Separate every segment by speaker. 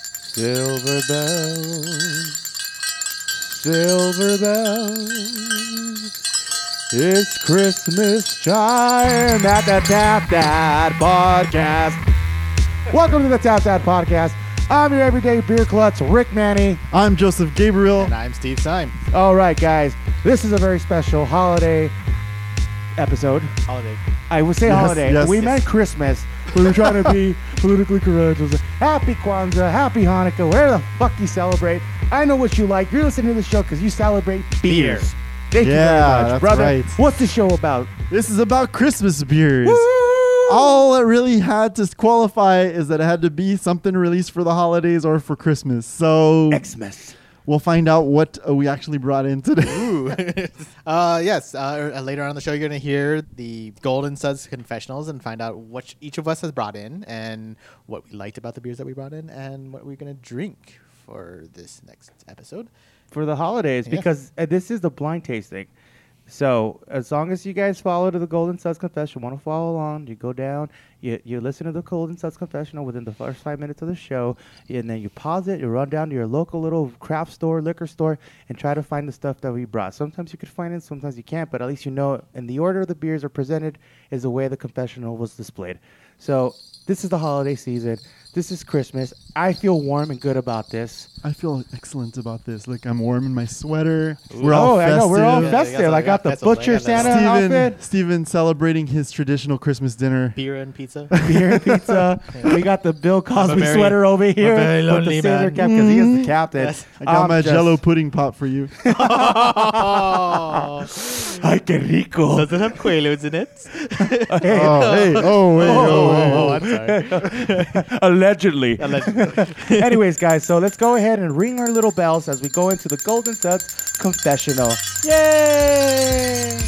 Speaker 1: Silver bells, silver bells. It's Christmas time at the Tap Dad Podcast. Welcome to the Tap Dad Podcast. I'm your everyday beer klutz, Rick Manny.
Speaker 2: I'm Joseph Gabriel.
Speaker 3: And I'm Steve Syme.
Speaker 1: All right, guys, this is a very special holiday episode.
Speaker 3: Holiday.
Speaker 1: I would say
Speaker 2: Yes,
Speaker 1: holiday.
Speaker 2: yes,
Speaker 1: we
Speaker 2: yes.
Speaker 1: meant Christmas. We were trying to be politically correct. It was like, happy Kwanzaa, happy Hanukkah, where the fuck you celebrate. I know what you like. You're listening to the show because you celebrate
Speaker 3: Beer.
Speaker 1: beers. Thank you
Speaker 2: Yeah,
Speaker 1: very much,
Speaker 2: that's
Speaker 1: brother.
Speaker 2: right.
Speaker 1: What's the show about?
Speaker 2: This is about Christmas beers.
Speaker 1: Oh,
Speaker 2: All it really had to qualify is that it had to be something released for the holidays or for Christmas. So
Speaker 1: Xmas.
Speaker 2: we'll find out what uh, we actually brought in today.
Speaker 3: Ooh. uh, yes. Uh, uh, later on in the show, you're going to hear the Golden Suds confessionals and find out what each of us has brought in and what we liked about the beers that we brought in and what we're going to drink for this next episode.
Speaker 1: For the holidays,
Speaker 3: Yeah.
Speaker 1: because uh, this is the blind tasting. So as long as you guys follow to the Golden Suds Confessional, want to follow along, you go down, you, you listen to the Golden Suds Confessional within the first five minutes of the show, and then you pause it, you run down to your local little craft store, liquor store, and try to find the stuff that we brought. Sometimes you could find it, sometimes you can't, but at least you know. And the order the beers are presented is the way the confessional was displayed. So this is the holiday season. This is Christmas. I feel warm and good about this.
Speaker 2: I feel excellent about this. Like I'm warm in my sweater.
Speaker 3: Ooh.
Speaker 2: We're all
Speaker 1: oh,
Speaker 2: festive.
Speaker 1: I know. We're all
Speaker 3: Yeah, I got
Speaker 1: festive.
Speaker 3: some-
Speaker 1: I
Speaker 3: I
Speaker 1: got
Speaker 3: got
Speaker 1: the
Speaker 3: some- I got
Speaker 1: butcher
Speaker 3: some.
Speaker 1: Santa
Speaker 2: Steven,
Speaker 1: outfit,
Speaker 2: Steven celebrating his traditional Christmas dinner.
Speaker 3: Beer and pizza.
Speaker 1: beer and pizza. we got the Bill Cosby
Speaker 3: very-
Speaker 1: sweater over here.
Speaker 3: very lonely
Speaker 1: with the sailor
Speaker 3: man.
Speaker 1: cap because he is the captain.
Speaker 3: Yes.
Speaker 2: I got
Speaker 1: I'm
Speaker 2: my
Speaker 1: just-
Speaker 2: Mm. jello pudding pop for you.
Speaker 3: oh.
Speaker 1: Ay, que rico.
Speaker 3: Does it have Quaaludes in it?
Speaker 1: Oh, hey.
Speaker 2: oh, hey. Oh, wait. Oh, hey.
Speaker 3: oh, I'm sorry.
Speaker 1: Allegedly.
Speaker 3: Allegedly.
Speaker 1: Anyways, guys, so let's go ahead and ring our little bells as we go into the Golden Suds confessional. Yay!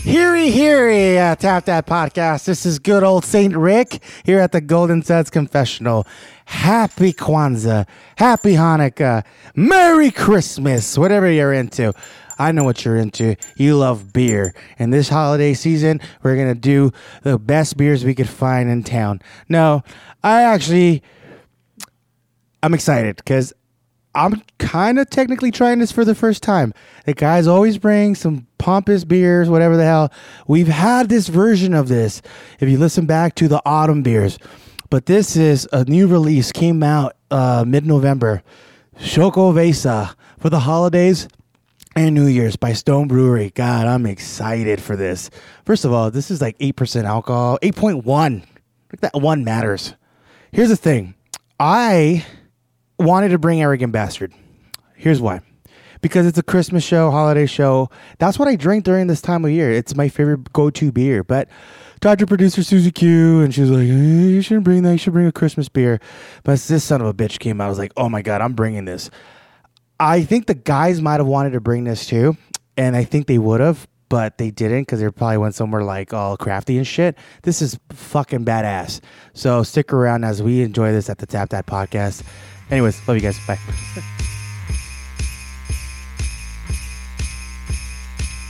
Speaker 1: Heary, heary, uh, Tap That Podcast. This is good old St. Rick here at the Golden Suds Confessional. Happy Kwanzaa. Happy Hanukkah. Merry Christmas, whatever you're into. I know what you're into. You love beer. And this holiday season, we're going to do the best beers we could find in town. No, I actually, I'm excited because I'm kind of technically trying this for the first time. The guys always bring some pompous beers, whatever the hell. We've had this version of this if you listen back to the autumn beers, but this is a new release came out uh, mid-November. Shoko Vesa for the holidays and New Year's by Stone Brewery. God, I'm excited for this. First of all, this is like 8% alcohol, 8.1. Like that one matters. Here's the thing. I wanted to bring Arrogant Bastard. Here's why. Because it's a Christmas show, holiday show. That's what I drink during this time of year. It's my favorite go to beer. But talked to producer Susie Q, and she was like, eh, You shouldn't bring that. You should bring a Christmas beer. But this son of a bitch came out. I was like, Oh my God, I'm bringing this. I think the guys might have wanted to bring this too, and I think they would have, but they didn't because they probably went somewhere like all crafty and shit. This is fucking badass. So stick around as we enjoy this at the Tap That Podcast. Anyways, love you guys. Bye.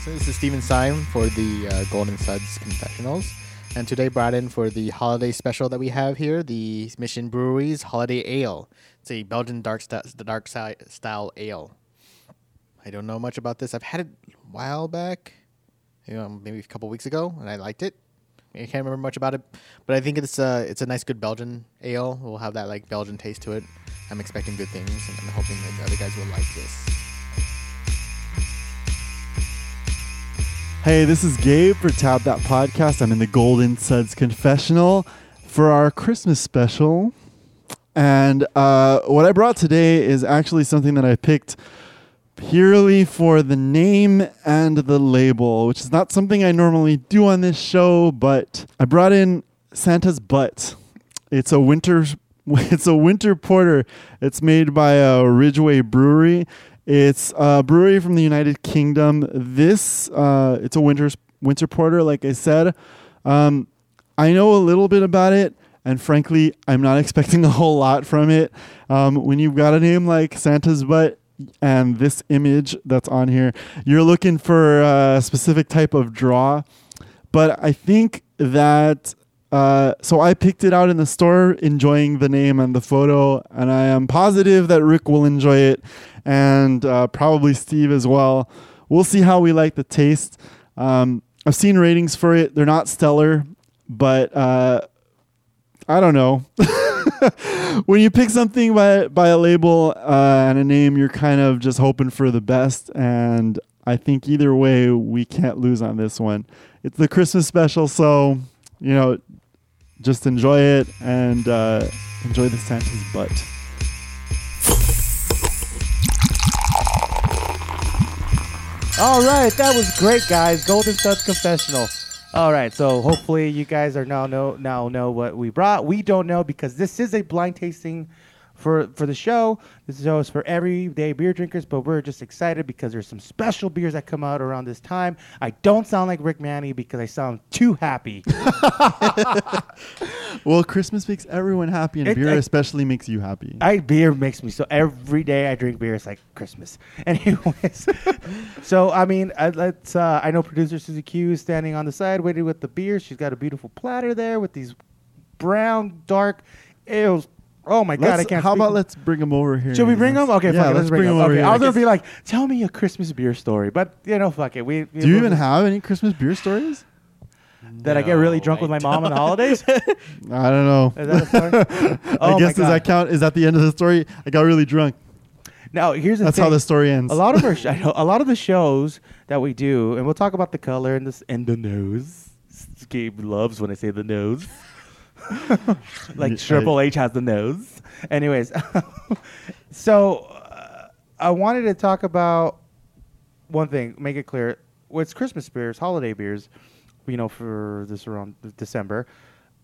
Speaker 3: So this is Steven Syme for the uh, Golden Suds Confessionals. And today brought in for the holiday special that we have here, the Mission Brewery's Holiday Ale. It's a Belgian dark, st- the dark si- style ale. I don't know much about this. I've had it a while back, you know, maybe a couple weeks ago, and I liked it. I can't remember much about it, but I think it's a, it's a nice, good Belgian ale. We'll have that like Belgian taste to it. I'm expecting good things, and I'm hoping that the other guys will like this.
Speaker 2: Hey, this is Gabe for Tab That Podcast. I'm in the Golden Suds Confessional for our Christmas special. And uh, what I brought today is actually something that I picked purely for the name and the label, which is not something I normally do on this show, but I brought in Santa's Butt. It's a winter it's a winter porter. It's made by a Ridgeway Brewery. It's a brewery from the United Kingdom. This uh, it's a winter winter porter like I said. Um, I know a little bit about it, and frankly, I'm not expecting a whole lot from it. Um, when you've got a name like Santa's Butt and this image that's on here, you're looking for a specific type of draw. But I think that uh, so I picked it out in the store, enjoying the name and the photo, and I am positive that Rick will enjoy it, and uh, probably Steve as well. We'll see how we like the taste. Um, I've seen ratings for it; they're not stellar, but uh, I don't know. when you pick something by by a label uh, and a name, you're kind of just hoping for the best. And I think either way, we can't lose on this one. It's the Christmas special, so you know, just enjoy it and uh, enjoy the Santa's butt.
Speaker 1: All right, that was great, guys. Golden Studs Confessional. All right, so hopefully you guys are now know now know what we brought. We don't know because this is a blind tasting for for the show. This show is for everyday beer drinkers, but we're just excited because there's some special beers that come out around this time. I don't sound like Rick Manny because I sound too happy.
Speaker 2: Well, Christmas makes everyone happy, and
Speaker 1: It-
Speaker 2: beer
Speaker 1: I-
Speaker 2: especially makes you happy.
Speaker 1: I beer makes me so every day I drink beer. It's like Christmas. Anyways, so I mean, I, let's. Uh, I know producer Susie Q is standing on the side waiting with the beer. She's got a beautiful platter there with these brown dark ales. Oh my god,
Speaker 2: Let's-
Speaker 1: I can't.
Speaker 2: how
Speaker 1: speak.
Speaker 2: about let's bring them over here?
Speaker 1: Should we
Speaker 2: and
Speaker 1: bring them? Okay,
Speaker 2: yeah,
Speaker 1: fuck it,
Speaker 2: let's, bring them,
Speaker 1: them.
Speaker 2: over
Speaker 1: Okay,
Speaker 2: here.
Speaker 1: I was gonna be like, tell me a Christmas beer story, but you know, fuck it. We
Speaker 2: Do you even have any Christmas beer stories?
Speaker 1: that? I get really
Speaker 3: No,
Speaker 1: drunk
Speaker 3: I
Speaker 1: with my mom on the holidays. Is
Speaker 2: I don't know.
Speaker 1: that a story? Oh
Speaker 2: I
Speaker 1: my
Speaker 2: guess does
Speaker 1: God.
Speaker 2: that count? Is that the end of the story? I got really drunk.
Speaker 1: Now here's the
Speaker 2: That's
Speaker 1: thing.
Speaker 2: how the story ends.
Speaker 1: A lot of our sh- I know, a lot of the shows that we do, and we'll talk about the color and this and the nose. Gabe loves when I say the nose. like
Speaker 2: Yeah, I-
Speaker 1: Triple H has the nose. Anyways, so uh, I wanted to talk about one thing. Make it clear: what's Christmas beers, holiday beers? You know, for this around December.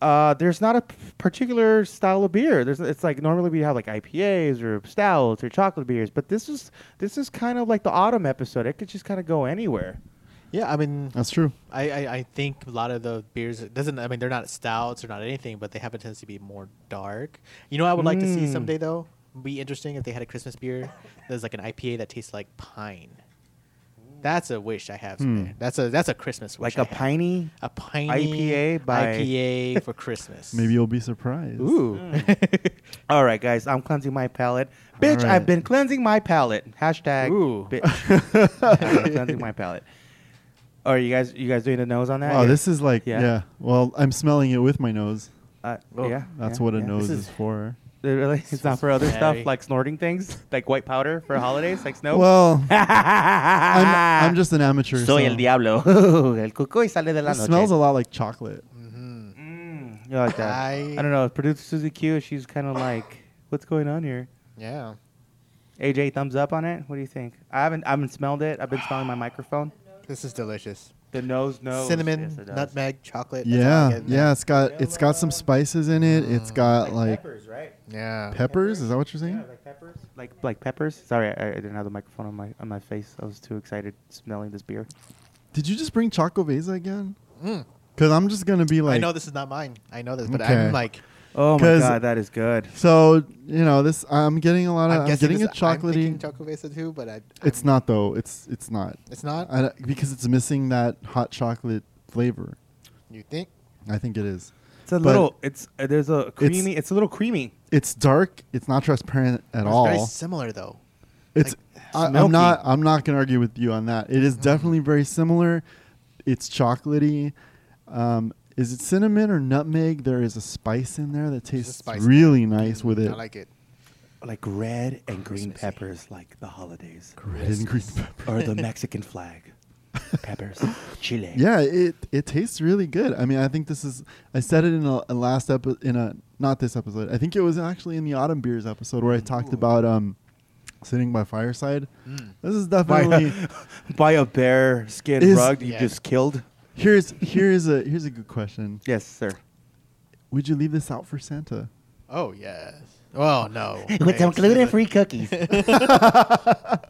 Speaker 1: Uh, there's not a p- particular style of beer. There's it's like normally we have like IPAs or stouts or chocolate beers, but this is this is kind of like the autumn episode. It could just kind of go anywhere.
Speaker 3: Yeah, I mean,
Speaker 2: That's true.
Speaker 3: I, I, I think a lot of the beers it doesn't. I mean, they're not stouts or not anything, but they have a tendency to be more dark. You know, what I would like to
Speaker 2: Hmm.
Speaker 3: see
Speaker 1: Mm.
Speaker 3: someday though. Be interesting if they had a Christmas beer that's like an IPA that tastes like pine. That's a wish I have.
Speaker 2: Hmm.
Speaker 3: Someday. That's a that's a Christmas wish.
Speaker 1: Like a
Speaker 3: I have.
Speaker 1: piney.
Speaker 3: a pine
Speaker 1: IPA by-
Speaker 3: IPA for Christmas.
Speaker 2: Maybe you'll be surprised.
Speaker 1: Ooh. All right, guys, I'm cleansing my palate. Bitch,
Speaker 2: right.
Speaker 1: I've been cleansing my palate. Hashtag
Speaker 3: Ooh.
Speaker 1: bitch. I've been cleansing my palate. Oh, are you guys you guys doing a nose on that?
Speaker 2: Wow,
Speaker 1: Yeah.
Speaker 2: this is like
Speaker 1: Yeah.
Speaker 2: yeah. Well, I'm smelling it with my nose.
Speaker 1: Uh,
Speaker 3: Oh,
Speaker 1: yeah.
Speaker 2: That's
Speaker 1: yeah,
Speaker 2: what a
Speaker 1: yeah.
Speaker 2: nose
Speaker 3: This
Speaker 2: is,
Speaker 3: is-
Speaker 2: for.
Speaker 1: It really, it's not for other
Speaker 3: Very-
Speaker 1: stuff like snorting things, like white powder for holidays, like snow.
Speaker 2: Well, I'm,
Speaker 1: I'm,
Speaker 2: I'm just an amateur.
Speaker 1: soy
Speaker 2: so
Speaker 1: el diablo. el cucuy sale de la
Speaker 2: It
Speaker 1: noche.
Speaker 2: smells a lot like chocolate.
Speaker 1: Mm, you like that?
Speaker 3: I-
Speaker 1: I don't know. Producer Susie Q, she's kind of like, what's going on here?
Speaker 3: Yeah.
Speaker 1: AJ, thumbs up on it. What do you think? I haven't, I haven't smelled it. I've been smelling my microphone.
Speaker 3: This is delicious.
Speaker 1: The nose, nose,
Speaker 3: Cinnamon,
Speaker 1: Yes, it does.
Speaker 3: nutmeg, chocolate. that's all I
Speaker 2: Yeah,
Speaker 3: get in
Speaker 2: yeah.
Speaker 3: there.
Speaker 2: It's got it's got some spices in it. It's got like
Speaker 1: peppers, right?
Speaker 3: Yeah.
Speaker 2: peppers. Is that what you're saying?
Speaker 1: like peppers. Like like peppers. Sorry, I, I didn't have the microphone on my on my face. I was too excited smelling this beer.
Speaker 2: Did you just bring Choco Vesa again? Because I'm just gonna be like,
Speaker 3: Hmm. I know this is not mine. I know this, but
Speaker 2: Okay.
Speaker 3: I'm like,
Speaker 1: Oh my
Speaker 2: 'Cause-
Speaker 1: god, that is good.
Speaker 2: so you know this. I'm getting a lot of.
Speaker 3: I'm,
Speaker 2: I'm,
Speaker 3: guessing
Speaker 2: getting a
Speaker 3: this- I'm thinking
Speaker 2: chocolatey.
Speaker 3: choco besa too, but I,
Speaker 2: it's not though. It's it's not.
Speaker 3: it's not.
Speaker 2: I, don't- because it's missing that hot chocolate flavor.
Speaker 3: you think?
Speaker 2: I think it is.
Speaker 1: It's a
Speaker 2: But-
Speaker 1: little. It's uh, there's a creamy. It's, a little creamy.
Speaker 2: It's dark. It's not transparent at
Speaker 3: It's
Speaker 2: all.
Speaker 3: very similar though.
Speaker 2: It's I,
Speaker 1: smoky.
Speaker 2: I'm not I'm not gonna argue with you on that. It
Speaker 3: Mm-hmm.
Speaker 2: is definitely very similar. It's chocolatey. Um, is it cinnamon or nutmeg? There is a spice in there that tastes
Speaker 3: spice. Mm-hmm.
Speaker 2: really nice with it.
Speaker 3: I like it.
Speaker 1: Like red and green
Speaker 3: Christmassy.
Speaker 1: peppers, like the holidays
Speaker 2: red and green pepper.
Speaker 1: or the Mexican flag. Peppers, chile.
Speaker 2: Yeah, it it tastes really good. I mean, I think this is. I said it in a, a last episode. In a not this episode. I think it was actually in the autumn beers episode where I talked about um, sitting by fireside.
Speaker 3: Mm.
Speaker 2: This is
Speaker 1: By,
Speaker 2: definitely.
Speaker 1: by a bear skin
Speaker 2: Is-
Speaker 1: rug you
Speaker 3: Yeah.
Speaker 1: just killed.
Speaker 2: here's here's a here's a good question.
Speaker 1: Yes, sir.
Speaker 2: Would you leave this out for Santa?
Speaker 3: Oh yes. Oh no.
Speaker 4: With some
Speaker 3: It's-
Speaker 4: gluten free cookies.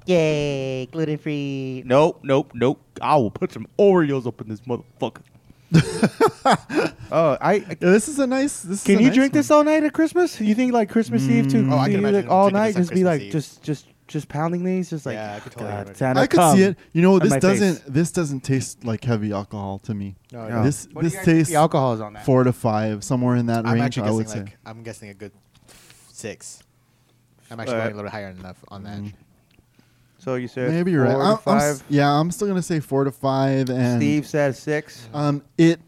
Speaker 4: Yay, gluten free.
Speaker 1: Nope, nope, nope. I will put some Oreos up in this motherfucker. Oh, I.
Speaker 2: Yeah, this is a nice. This is
Speaker 1: Can
Speaker 2: a
Speaker 1: you
Speaker 2: nice
Speaker 1: drink
Speaker 2: one.
Speaker 1: this all night at Christmas? You think like Christmas Eve to
Speaker 2: Mm.
Speaker 3: Oh, I can
Speaker 1: be, like
Speaker 3: imagine
Speaker 1: all
Speaker 3: drinking
Speaker 1: night
Speaker 3: this on
Speaker 1: just be like
Speaker 3: Christmas Eve.
Speaker 1: just just
Speaker 5: just pounding these, just like
Speaker 3: Yeah, I could totally
Speaker 5: "God,
Speaker 3: remember it."
Speaker 5: Santa,
Speaker 2: I could
Speaker 5: come."
Speaker 2: see it. You know, what,
Speaker 5: on
Speaker 2: this
Speaker 5: my
Speaker 2: doesn't
Speaker 5: face.
Speaker 2: this doesn't taste like heavy alcohol to me.
Speaker 3: No,
Speaker 5: No.
Speaker 2: This
Speaker 3: What do you
Speaker 2: this
Speaker 3: guys think the
Speaker 2: tastes
Speaker 3: alcohol is on that.
Speaker 2: four to five, somewhere in that
Speaker 3: I'm
Speaker 2: range.
Speaker 3: actually
Speaker 2: I would
Speaker 3: guessing
Speaker 2: say.
Speaker 3: like I'm guessing a good six. I'm actually
Speaker 1: Uh,
Speaker 3: going a little bit higher enough on
Speaker 2: Mm.
Speaker 3: that.
Speaker 1: So you said
Speaker 2: Maybe you're right.
Speaker 1: 4
Speaker 2: I'm-
Speaker 1: to
Speaker 2: I'm s-
Speaker 1: 5
Speaker 2: yeah, I'm still gonna say four to five, and
Speaker 1: Steve said six.
Speaker 2: um, it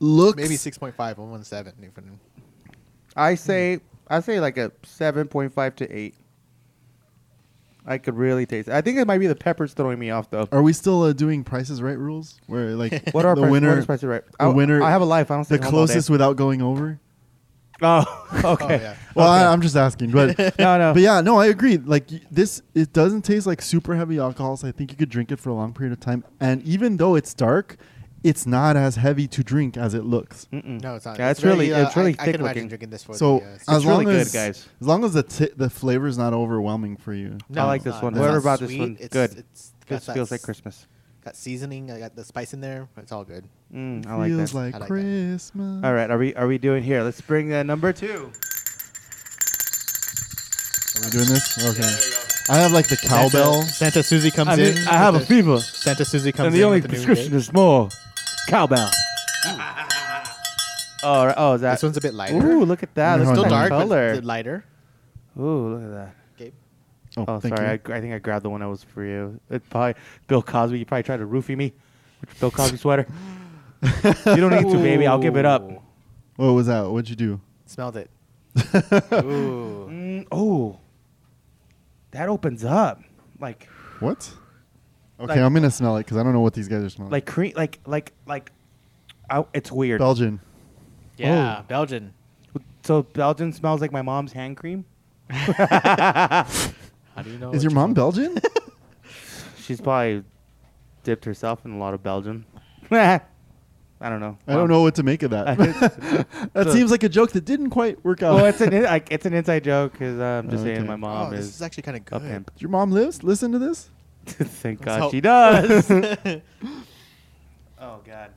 Speaker 2: looks
Speaker 3: Maybe six point five or one seven. Even.
Speaker 1: Mm. I say I say like a seven point five to eight. I could really taste. it. I think it might be the peppers throwing me off though.
Speaker 2: Are we still uh, doing prices right rules? Where like
Speaker 1: What are
Speaker 2: the
Speaker 1: price,
Speaker 2: winner,
Speaker 1: What is prices right?
Speaker 2: the
Speaker 1: I,
Speaker 2: winner-
Speaker 1: I have a life. I don't stay
Speaker 2: the
Speaker 1: home all day.
Speaker 2: closest without going over?
Speaker 1: Oh, okay.
Speaker 3: yeah.
Speaker 2: Well,
Speaker 1: Okay.
Speaker 2: I, I'm just asking, but
Speaker 1: No, no.
Speaker 2: but yeah, no, I agree. Like y- this, it doesn't taste like super heavy alcohol, so I think you could drink it for a long period of time. And even though it's dark, it's not as heavy to drink as it looks.
Speaker 1: Mm-mm.
Speaker 3: No, it's not.
Speaker 1: Yeah, it's really-
Speaker 3: uh,
Speaker 1: it's really
Speaker 3: I, I
Speaker 1: thick
Speaker 3: can imagine
Speaker 1: looking.
Speaker 3: drinking this for
Speaker 2: So
Speaker 3: the, uh, six-
Speaker 2: as
Speaker 1: It's really
Speaker 2: long
Speaker 1: good,
Speaker 2: as
Speaker 1: guys.
Speaker 2: as long as the t- the flavor is not overwhelming for you,
Speaker 1: I like
Speaker 3: it's
Speaker 1: this
Speaker 3: not.
Speaker 1: one.
Speaker 3: It's
Speaker 1: Whoever
Speaker 3: not
Speaker 1: brought this
Speaker 3: sweet.
Speaker 1: one,
Speaker 3: It's-
Speaker 1: good.
Speaker 3: It's got
Speaker 1: This
Speaker 3: that
Speaker 1: feels like
Speaker 3: s-
Speaker 1: Christmas.
Speaker 3: Got seasoning. I got the spice in there. It's all good.
Speaker 1: Mm, I like
Speaker 2: feels
Speaker 1: that.
Speaker 2: like,
Speaker 3: I like that.
Speaker 2: Christmas.
Speaker 1: All right, are we are we doing here? Let's bring uh, number two.
Speaker 2: are we doing this? Okay, I have like the cowbell.
Speaker 3: Santa Susie comes in. with the-
Speaker 1: fever,
Speaker 3: Santa Susie comes in. with the new dish.
Speaker 1: is more cowbell. Oh, right. oh, is that?
Speaker 3: This one's a bit lighter.
Speaker 1: Ooh, look at that!
Speaker 2: No,
Speaker 1: Look
Speaker 2: no,
Speaker 1: at
Speaker 3: Still
Speaker 1: that
Speaker 2: no.
Speaker 3: dark,
Speaker 1: color.
Speaker 3: but it's lighter.
Speaker 1: Ooh, look at that.
Speaker 3: Gabe.
Speaker 2: Oh,
Speaker 1: Oh,
Speaker 2: thank
Speaker 1: sorry.
Speaker 2: you.
Speaker 1: I, gr- I think I grabbed the one that was for you. It probably Bill Cosby. You probably tried to roofie me with your Bill Cosby sweater. you don't need to, baby. I'll give it up.
Speaker 3: Ooh.
Speaker 2: What was that? What'd you do?
Speaker 3: Smelled it. Ooh.
Speaker 1: Mm, oh, that opens up like
Speaker 2: What? Okay,
Speaker 1: Like-
Speaker 2: I'm gonna smell it because I don't know what these guys are smelling.
Speaker 1: like cream like like like. I, it's weird.
Speaker 2: Belgian.
Speaker 3: Yeah, Belgian.
Speaker 1: so Belgian smells like my mom's hand cream.
Speaker 3: How do you know?
Speaker 2: Is your mom Belgian?
Speaker 1: She's probably dipped herself in a lot of Belgian. I don't know.
Speaker 2: I don't know what to make of that. that
Speaker 1: So-
Speaker 2: seems like a joke that didn't quite work out.
Speaker 1: Well, it's an like, it's an inside joke because I'm just
Speaker 2: Okay.
Speaker 1: saying my
Speaker 3: Oh,
Speaker 1: mom
Speaker 3: this
Speaker 1: is,
Speaker 3: is actually kind of
Speaker 1: a
Speaker 3: good.
Speaker 1: pimp.
Speaker 2: Your mom lives? Listen to this?
Speaker 1: Thank
Speaker 3: Let's
Speaker 1: God
Speaker 3: hope.
Speaker 1: she does. oh God.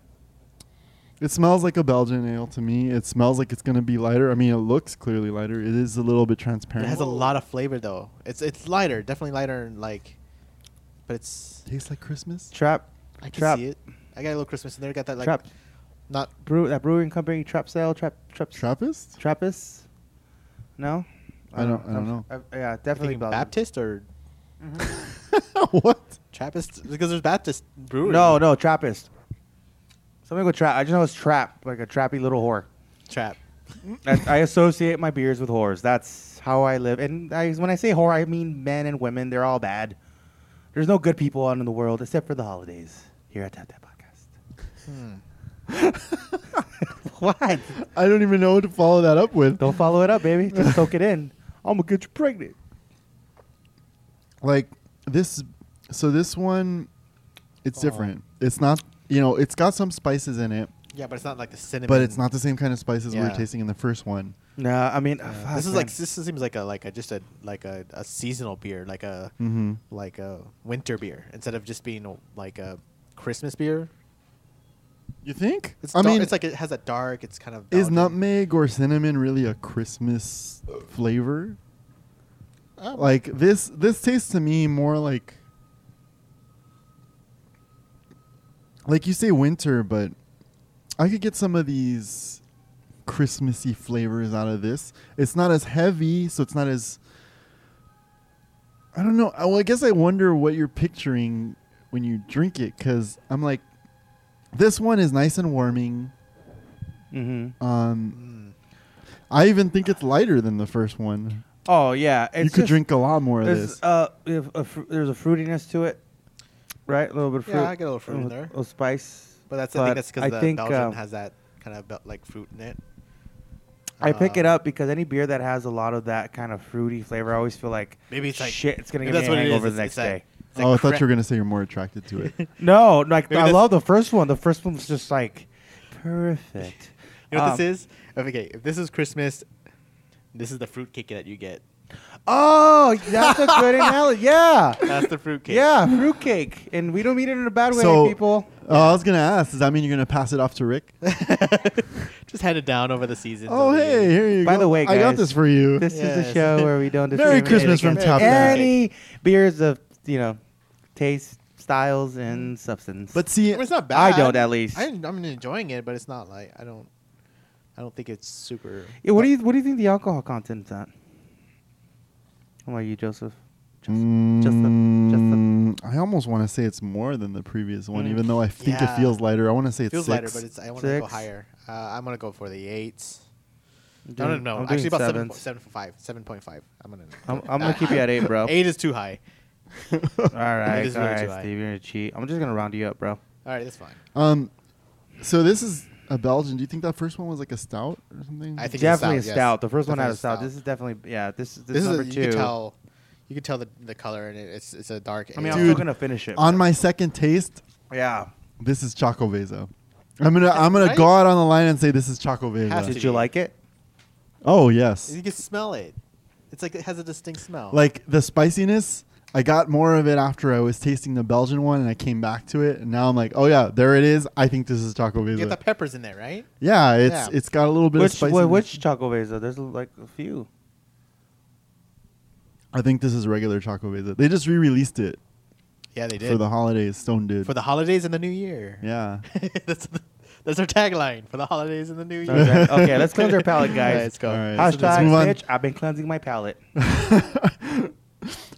Speaker 2: It smells like a Belgian ale to me. It smells like it's going to be lighter. I mean, it looks clearly lighter. It is a little bit
Speaker 3: It
Speaker 2: transparent.
Speaker 3: has a lot of flavor though. It's it's lighter, definitely lighter, and like, but it's
Speaker 2: Tastes like Christmas.
Speaker 1: Trap.
Speaker 3: I can
Speaker 1: Trap.
Speaker 3: see it. I got a little Christmas in there. Got that like
Speaker 1: trap.
Speaker 3: not
Speaker 1: Brew that brewing company. Trap sale. Trap. Trap.
Speaker 2: Trappist?
Speaker 1: Trappist. No.
Speaker 2: I don't- I don't know.
Speaker 1: I- yeah, definitely
Speaker 3: thinking
Speaker 1: Belgian.
Speaker 3: Baptist or
Speaker 2: what?
Speaker 3: Trappist because there's Baptist brewery.
Speaker 1: No, no, Trappist. Something with trap. I just know it's trap, like a trappy little whore.
Speaker 3: trap.
Speaker 1: I, I associate my beers with whores. That's how I live. And I, when I say whore, I mean men and women. They're all bad. There's no good people out in the world except for the holidays here at Tap Tap Podcast.
Speaker 3: Hmm.
Speaker 1: what?
Speaker 2: I don't even know what to follow that up with.
Speaker 1: Don't follow it up, baby. Just soak it in. I'm gonna get you pregnant.
Speaker 2: Like, this. So, this one,
Speaker 3: Oh.
Speaker 2: it's different. It's not, you know, it's got some spices in it,
Speaker 3: Yeah, but it's not like the cinnamon.
Speaker 2: but it's not the same kind of spices we
Speaker 3: Yeah.
Speaker 2: were tasting in the first one.
Speaker 1: Nah, I mean,
Speaker 3: Uh,
Speaker 1: fuck,
Speaker 3: this is
Speaker 1: man.
Speaker 3: like this seems like a like a just a like a, a seasonal beer, like a
Speaker 2: Mm-hmm.
Speaker 3: like a winter beer instead of just being like a Christmas beer.
Speaker 2: You think?
Speaker 3: It's
Speaker 2: I
Speaker 3: dar-
Speaker 2: mean,
Speaker 3: it's like it has a dark. It's kind of
Speaker 2: is
Speaker 3: Belgian.
Speaker 2: nutmeg or cinnamon really a Christmas flavor?
Speaker 3: Um,
Speaker 2: Like this this tastes to me more like like you say winter, but I could get some of these Christmassy flavors out of this. It's not as heavy, so it's not as I don't know. I- Well, I guess I wonder what you're picturing when you drink it cuz I'm like this one is nice and warming.
Speaker 3: Mm-hmm.
Speaker 1: Mhm.
Speaker 2: Um
Speaker 3: mm.
Speaker 2: I even think it's lighter than the first one.
Speaker 1: Oh yeah, it's
Speaker 2: you could
Speaker 1: just-
Speaker 2: drink a lot more of
Speaker 1: there's,
Speaker 2: this.
Speaker 1: Uh, if a fr- there's a fruitiness to it, right? A little bit of fruit.
Speaker 3: Yeah, I get a little fruit in
Speaker 1: little-
Speaker 3: there.
Speaker 1: little spice.
Speaker 3: But that's I think
Speaker 1: But
Speaker 3: that's
Speaker 1: I
Speaker 3: because the
Speaker 1: think,
Speaker 3: Belgian
Speaker 1: um,
Speaker 3: has that kind of bel- like fruit in it.
Speaker 1: I pick it
Speaker 3: Uh,
Speaker 1: up because any beer that has a lot of that kind of fruity flavor, I always feel like
Speaker 3: Maybe it's like
Speaker 1: shit. It's gonna
Speaker 3: maybe
Speaker 1: give me a
Speaker 3: that's what it is,
Speaker 1: hangover the
Speaker 3: it's-
Speaker 1: next
Speaker 3: it's that-
Speaker 1: day.
Speaker 3: it's that
Speaker 2: Oh, I thought
Speaker 3: cra-
Speaker 2: you were gonna say you're more attracted to it.
Speaker 1: No, like
Speaker 3: Maybe
Speaker 1: I
Speaker 3: that's-
Speaker 1: love the first one. The first one was just like perfect.
Speaker 3: You know what
Speaker 1: Um,
Speaker 3: this is? Okay, if this is Christmas, this is the fruit cake that you get.
Speaker 1: Oh, that's a good analogy. Yeah.
Speaker 3: That's the fruitcake.
Speaker 1: Yeah, fruitcake. And we don't mean it in a bad way,
Speaker 2: So-
Speaker 1: people.
Speaker 2: Oh, I was gonna ask. Does that mean you're gonna pass it off to Rick?
Speaker 3: Just handed down over the season.
Speaker 2: Oh, hey, here you
Speaker 1: By
Speaker 2: go.
Speaker 1: the way,
Speaker 2: I got
Speaker 1: guys,
Speaker 2: this for you.
Speaker 1: This is the
Speaker 3: Yes.
Speaker 1: show where we don't
Speaker 2: Merry
Speaker 1: discriminate
Speaker 2: Christmas from
Speaker 1: against
Speaker 2: Top Cat.
Speaker 1: Any beers of, you know, taste, styles, and substance.
Speaker 2: But see,
Speaker 3: It's not
Speaker 1: I
Speaker 3: bad.
Speaker 1: don't, at least.
Speaker 3: I, I'm enjoying it, but it's not like I don't. I don't think it's super.
Speaker 1: Yeah, what do you what do you think the alcohol content's at? How about you, Joseph? Joseph.
Speaker 2: Mm, I almost want to say it's more than the previous one,
Speaker 1: Mm.
Speaker 2: even though I think
Speaker 3: Yeah.
Speaker 2: it feels lighter. I want to say it's
Speaker 3: feels
Speaker 2: six.
Speaker 3: lighter, but it's. I want to go
Speaker 1: Six.
Speaker 3: higher. Uh, I'm gonna go for the eights.
Speaker 1: I'm
Speaker 3: No, no,
Speaker 1: doing-
Speaker 3: no.
Speaker 1: I'm
Speaker 3: Actually,
Speaker 1: doing
Speaker 3: about seven,
Speaker 1: sevens.
Speaker 3: seven, five, seven point five. I'm gonna.
Speaker 1: I'm, I'm gonna keep you at eight, bro.
Speaker 3: Eight is too high.
Speaker 1: All right,
Speaker 3: is
Speaker 1: all
Speaker 3: really
Speaker 1: right,
Speaker 3: too high.
Speaker 1: Steve, you're gonna cheat. I'm just gonna round you up, bro.
Speaker 3: All right, that's fine.
Speaker 2: um, so this is a Belgian. Do you think that first one was like a stout or something?
Speaker 3: I think it's
Speaker 1: Definitely
Speaker 3: yes.
Speaker 1: a stout. The first one
Speaker 3: Definitely
Speaker 1: had a stout. This is definitely yeah. This is
Speaker 3: This
Speaker 1: this, number
Speaker 3: is a,
Speaker 1: two.
Speaker 3: You can tell. You can tell the, the color, and it, it's it's a dark.
Speaker 1: I mean,
Speaker 3: ale.
Speaker 1: I'm still gonna finish it.
Speaker 2: on
Speaker 1: but-
Speaker 2: my second taste,
Speaker 1: yeah.
Speaker 2: this is Choco Vesa. I'm gonna I'm gonna
Speaker 3: Right?
Speaker 2: go out on the line and say this is Choco
Speaker 3: Has
Speaker 2: Vesa.
Speaker 3: to.
Speaker 1: Did you like it?
Speaker 2: Oh yes,
Speaker 3: you can smell it. It's like it has a distinct smell.
Speaker 2: like the spiciness. I got more of it after I was tasting the Belgian one, and I came back to it, and now I'm like, oh yeah, there it is. I think this is Choco
Speaker 3: you
Speaker 2: Vesa.
Speaker 3: get the peppers in there, right?
Speaker 2: yeah, it's
Speaker 3: Yeah.
Speaker 2: it's got a little bit of
Speaker 1: Which
Speaker 2: spice.
Speaker 1: wh- which Choco Vesa? There's like a few.
Speaker 2: I think this is regular Choco Vesa. They just re-released it
Speaker 3: Yeah, they did
Speaker 2: for the holidays. Stone did.
Speaker 3: for the holidays and the new year.
Speaker 2: yeah.
Speaker 3: that's the, that's our tagline for the holidays and the new year.
Speaker 1: Okay, okay, let's cleanse our palate, guys.
Speaker 3: All right, let's go.
Speaker 2: All right.
Speaker 1: Hashtag
Speaker 2: so let's move on.
Speaker 1: bitch. I've been cleansing my palate.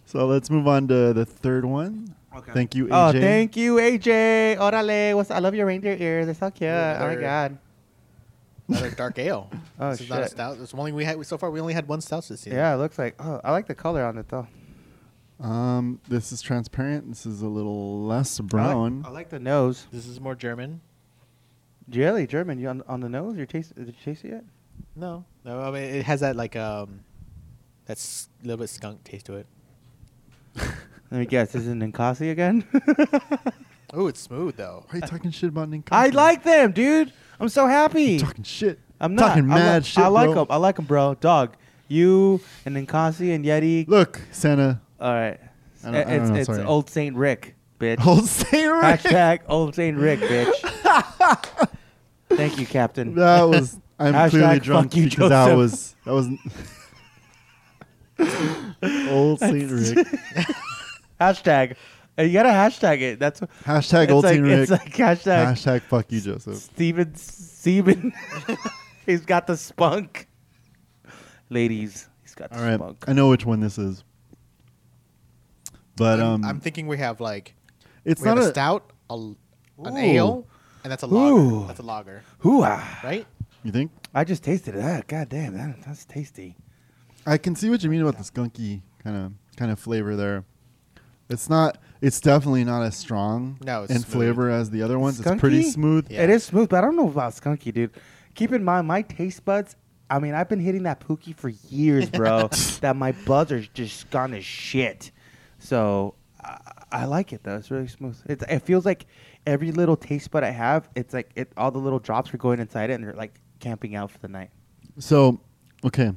Speaker 2: So let's move on to the third one.
Speaker 1: Okay.
Speaker 2: Thank you,
Speaker 1: Oh,
Speaker 2: AJ.
Speaker 1: thank you, AJ. Orale. What's, I love your reindeer ears. They're so cute.
Speaker 3: Yeah,
Speaker 1: oh, my
Speaker 3: they're-
Speaker 1: God.
Speaker 3: Another dark ale.
Speaker 1: Oh,
Speaker 3: this is not a
Speaker 1: shit.
Speaker 3: stout. This only we had so far. We only had one stout this season.
Speaker 1: Yeah, it looks like. Oh, I like the color on it, though.
Speaker 2: Um, this is transparent. This is a little less
Speaker 1: I
Speaker 2: brown.
Speaker 1: like, I like the nose.
Speaker 3: This is more German.
Speaker 1: Jelly, German. You on, on the nose? You taste, did you taste it yet?
Speaker 3: No, no. I mean, it has that like um, that's a little bit skunk taste to it.
Speaker 1: Let me guess. Is it Ninkasi again?
Speaker 3: Oh, it's smooth though.
Speaker 2: Why are you talking shit about Ninkasi?
Speaker 1: I like them, dude. I'm so happy.
Speaker 2: talking shit.
Speaker 1: I'm not.
Speaker 2: talking
Speaker 1: I li-
Speaker 2: mad shit.
Speaker 1: I like
Speaker 2: bro.
Speaker 1: them. I like them, bro. Dog. You and Ninkasi and Yeti.
Speaker 2: Look, Santa.
Speaker 1: All right.
Speaker 2: I don't-
Speaker 1: Uh,
Speaker 2: I don't
Speaker 1: it's
Speaker 2: know,
Speaker 1: it's
Speaker 2: sorry.
Speaker 1: Old Saint Rick, bitch.
Speaker 2: Old Saint Rick.
Speaker 1: Hashtag Old Saint Rick, bitch.
Speaker 3: um,
Speaker 1: Thank you, Captain.
Speaker 2: That was. I'm
Speaker 1: Hashtag
Speaker 2: clearly drunk
Speaker 1: fuck you,
Speaker 2: because that
Speaker 1: Joseph.
Speaker 2: was that was. Old Saint Rick.
Speaker 1: Hashtag. Uh, You gotta hashtag it. That's what-
Speaker 2: Hashtag
Speaker 1: it's
Speaker 2: Old
Speaker 1: like,
Speaker 2: Saint Rick.
Speaker 1: It's like hashtag
Speaker 2: Hashtag fuck you, Joseph.
Speaker 1: Steven Steven. he's got the spunk. Ladies, he's got the
Speaker 2: All right,
Speaker 1: spunk.
Speaker 2: I know which one this is, but
Speaker 3: I'm-
Speaker 2: um,
Speaker 3: I'm, thinking we have like
Speaker 2: it's
Speaker 3: we have
Speaker 2: not
Speaker 3: a,
Speaker 2: a,
Speaker 3: stout, a l an
Speaker 1: Ooh.
Speaker 3: ale, and that's a
Speaker 1: Ooh.
Speaker 3: lager. That's a lager,
Speaker 1: Hoo ah.
Speaker 3: right?
Speaker 2: You think?
Speaker 1: I just tasted that. God damn, that, that's tasty.
Speaker 2: I can see what you mean about the skunky kind of kind of flavor there. It's not. It's definitely not as strong
Speaker 3: No, it's
Speaker 2: in
Speaker 3: smooth.
Speaker 2: flavor as the other ones. It's pretty
Speaker 1: Skunky?
Speaker 2: smooth.
Speaker 3: Yeah.
Speaker 1: It is smooth, but I don't know about skunky, dude. Keep in mind, my taste buds. I mean, I've been hitting that pookie for years, bro. that my buds are just gone to shit. So I, I like it though. It's really smooth. It, it feels like every little taste bud I have, it's like it, all the little drops are going inside it, and they're like camping out for the night.
Speaker 2: So, okay,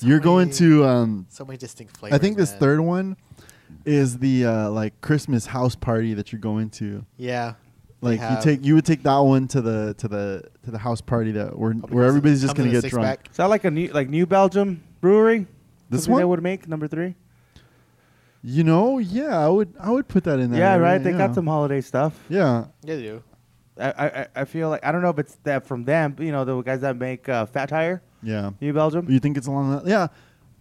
Speaker 2: you're going
Speaker 3: many-
Speaker 2: to. Um,
Speaker 3: So many distinct
Speaker 2: I
Speaker 3: flavors.
Speaker 2: think this
Speaker 3: man.
Speaker 2: third one is the uh, like Christmas house party that you're going to.
Speaker 3: Yeah. they
Speaker 2: Like you
Speaker 3: have-
Speaker 2: take you would take that one to the to the to the house party that where
Speaker 3: comes
Speaker 2: where
Speaker 3: in-
Speaker 2: everybody's just
Speaker 3: comes
Speaker 2: gonna
Speaker 3: in a
Speaker 2: get drunk.
Speaker 3: six-pack.
Speaker 1: Is that like a new like New Belgium brewery?
Speaker 2: This
Speaker 1: Something they
Speaker 2: one?
Speaker 1: would make number three.
Speaker 2: You know, yeah, I would I would put that in there.
Speaker 1: yeah, right. They
Speaker 2: yeah.
Speaker 1: got some holiday stuff.
Speaker 2: Yeah,
Speaker 3: Yeah, they do.
Speaker 1: I, I I- I feel like I don't know if it's that from them. but, You know, the guys that make uh, Fat Tire,
Speaker 2: yeah.
Speaker 1: New Belgium.
Speaker 2: You think it's along that? Yeah,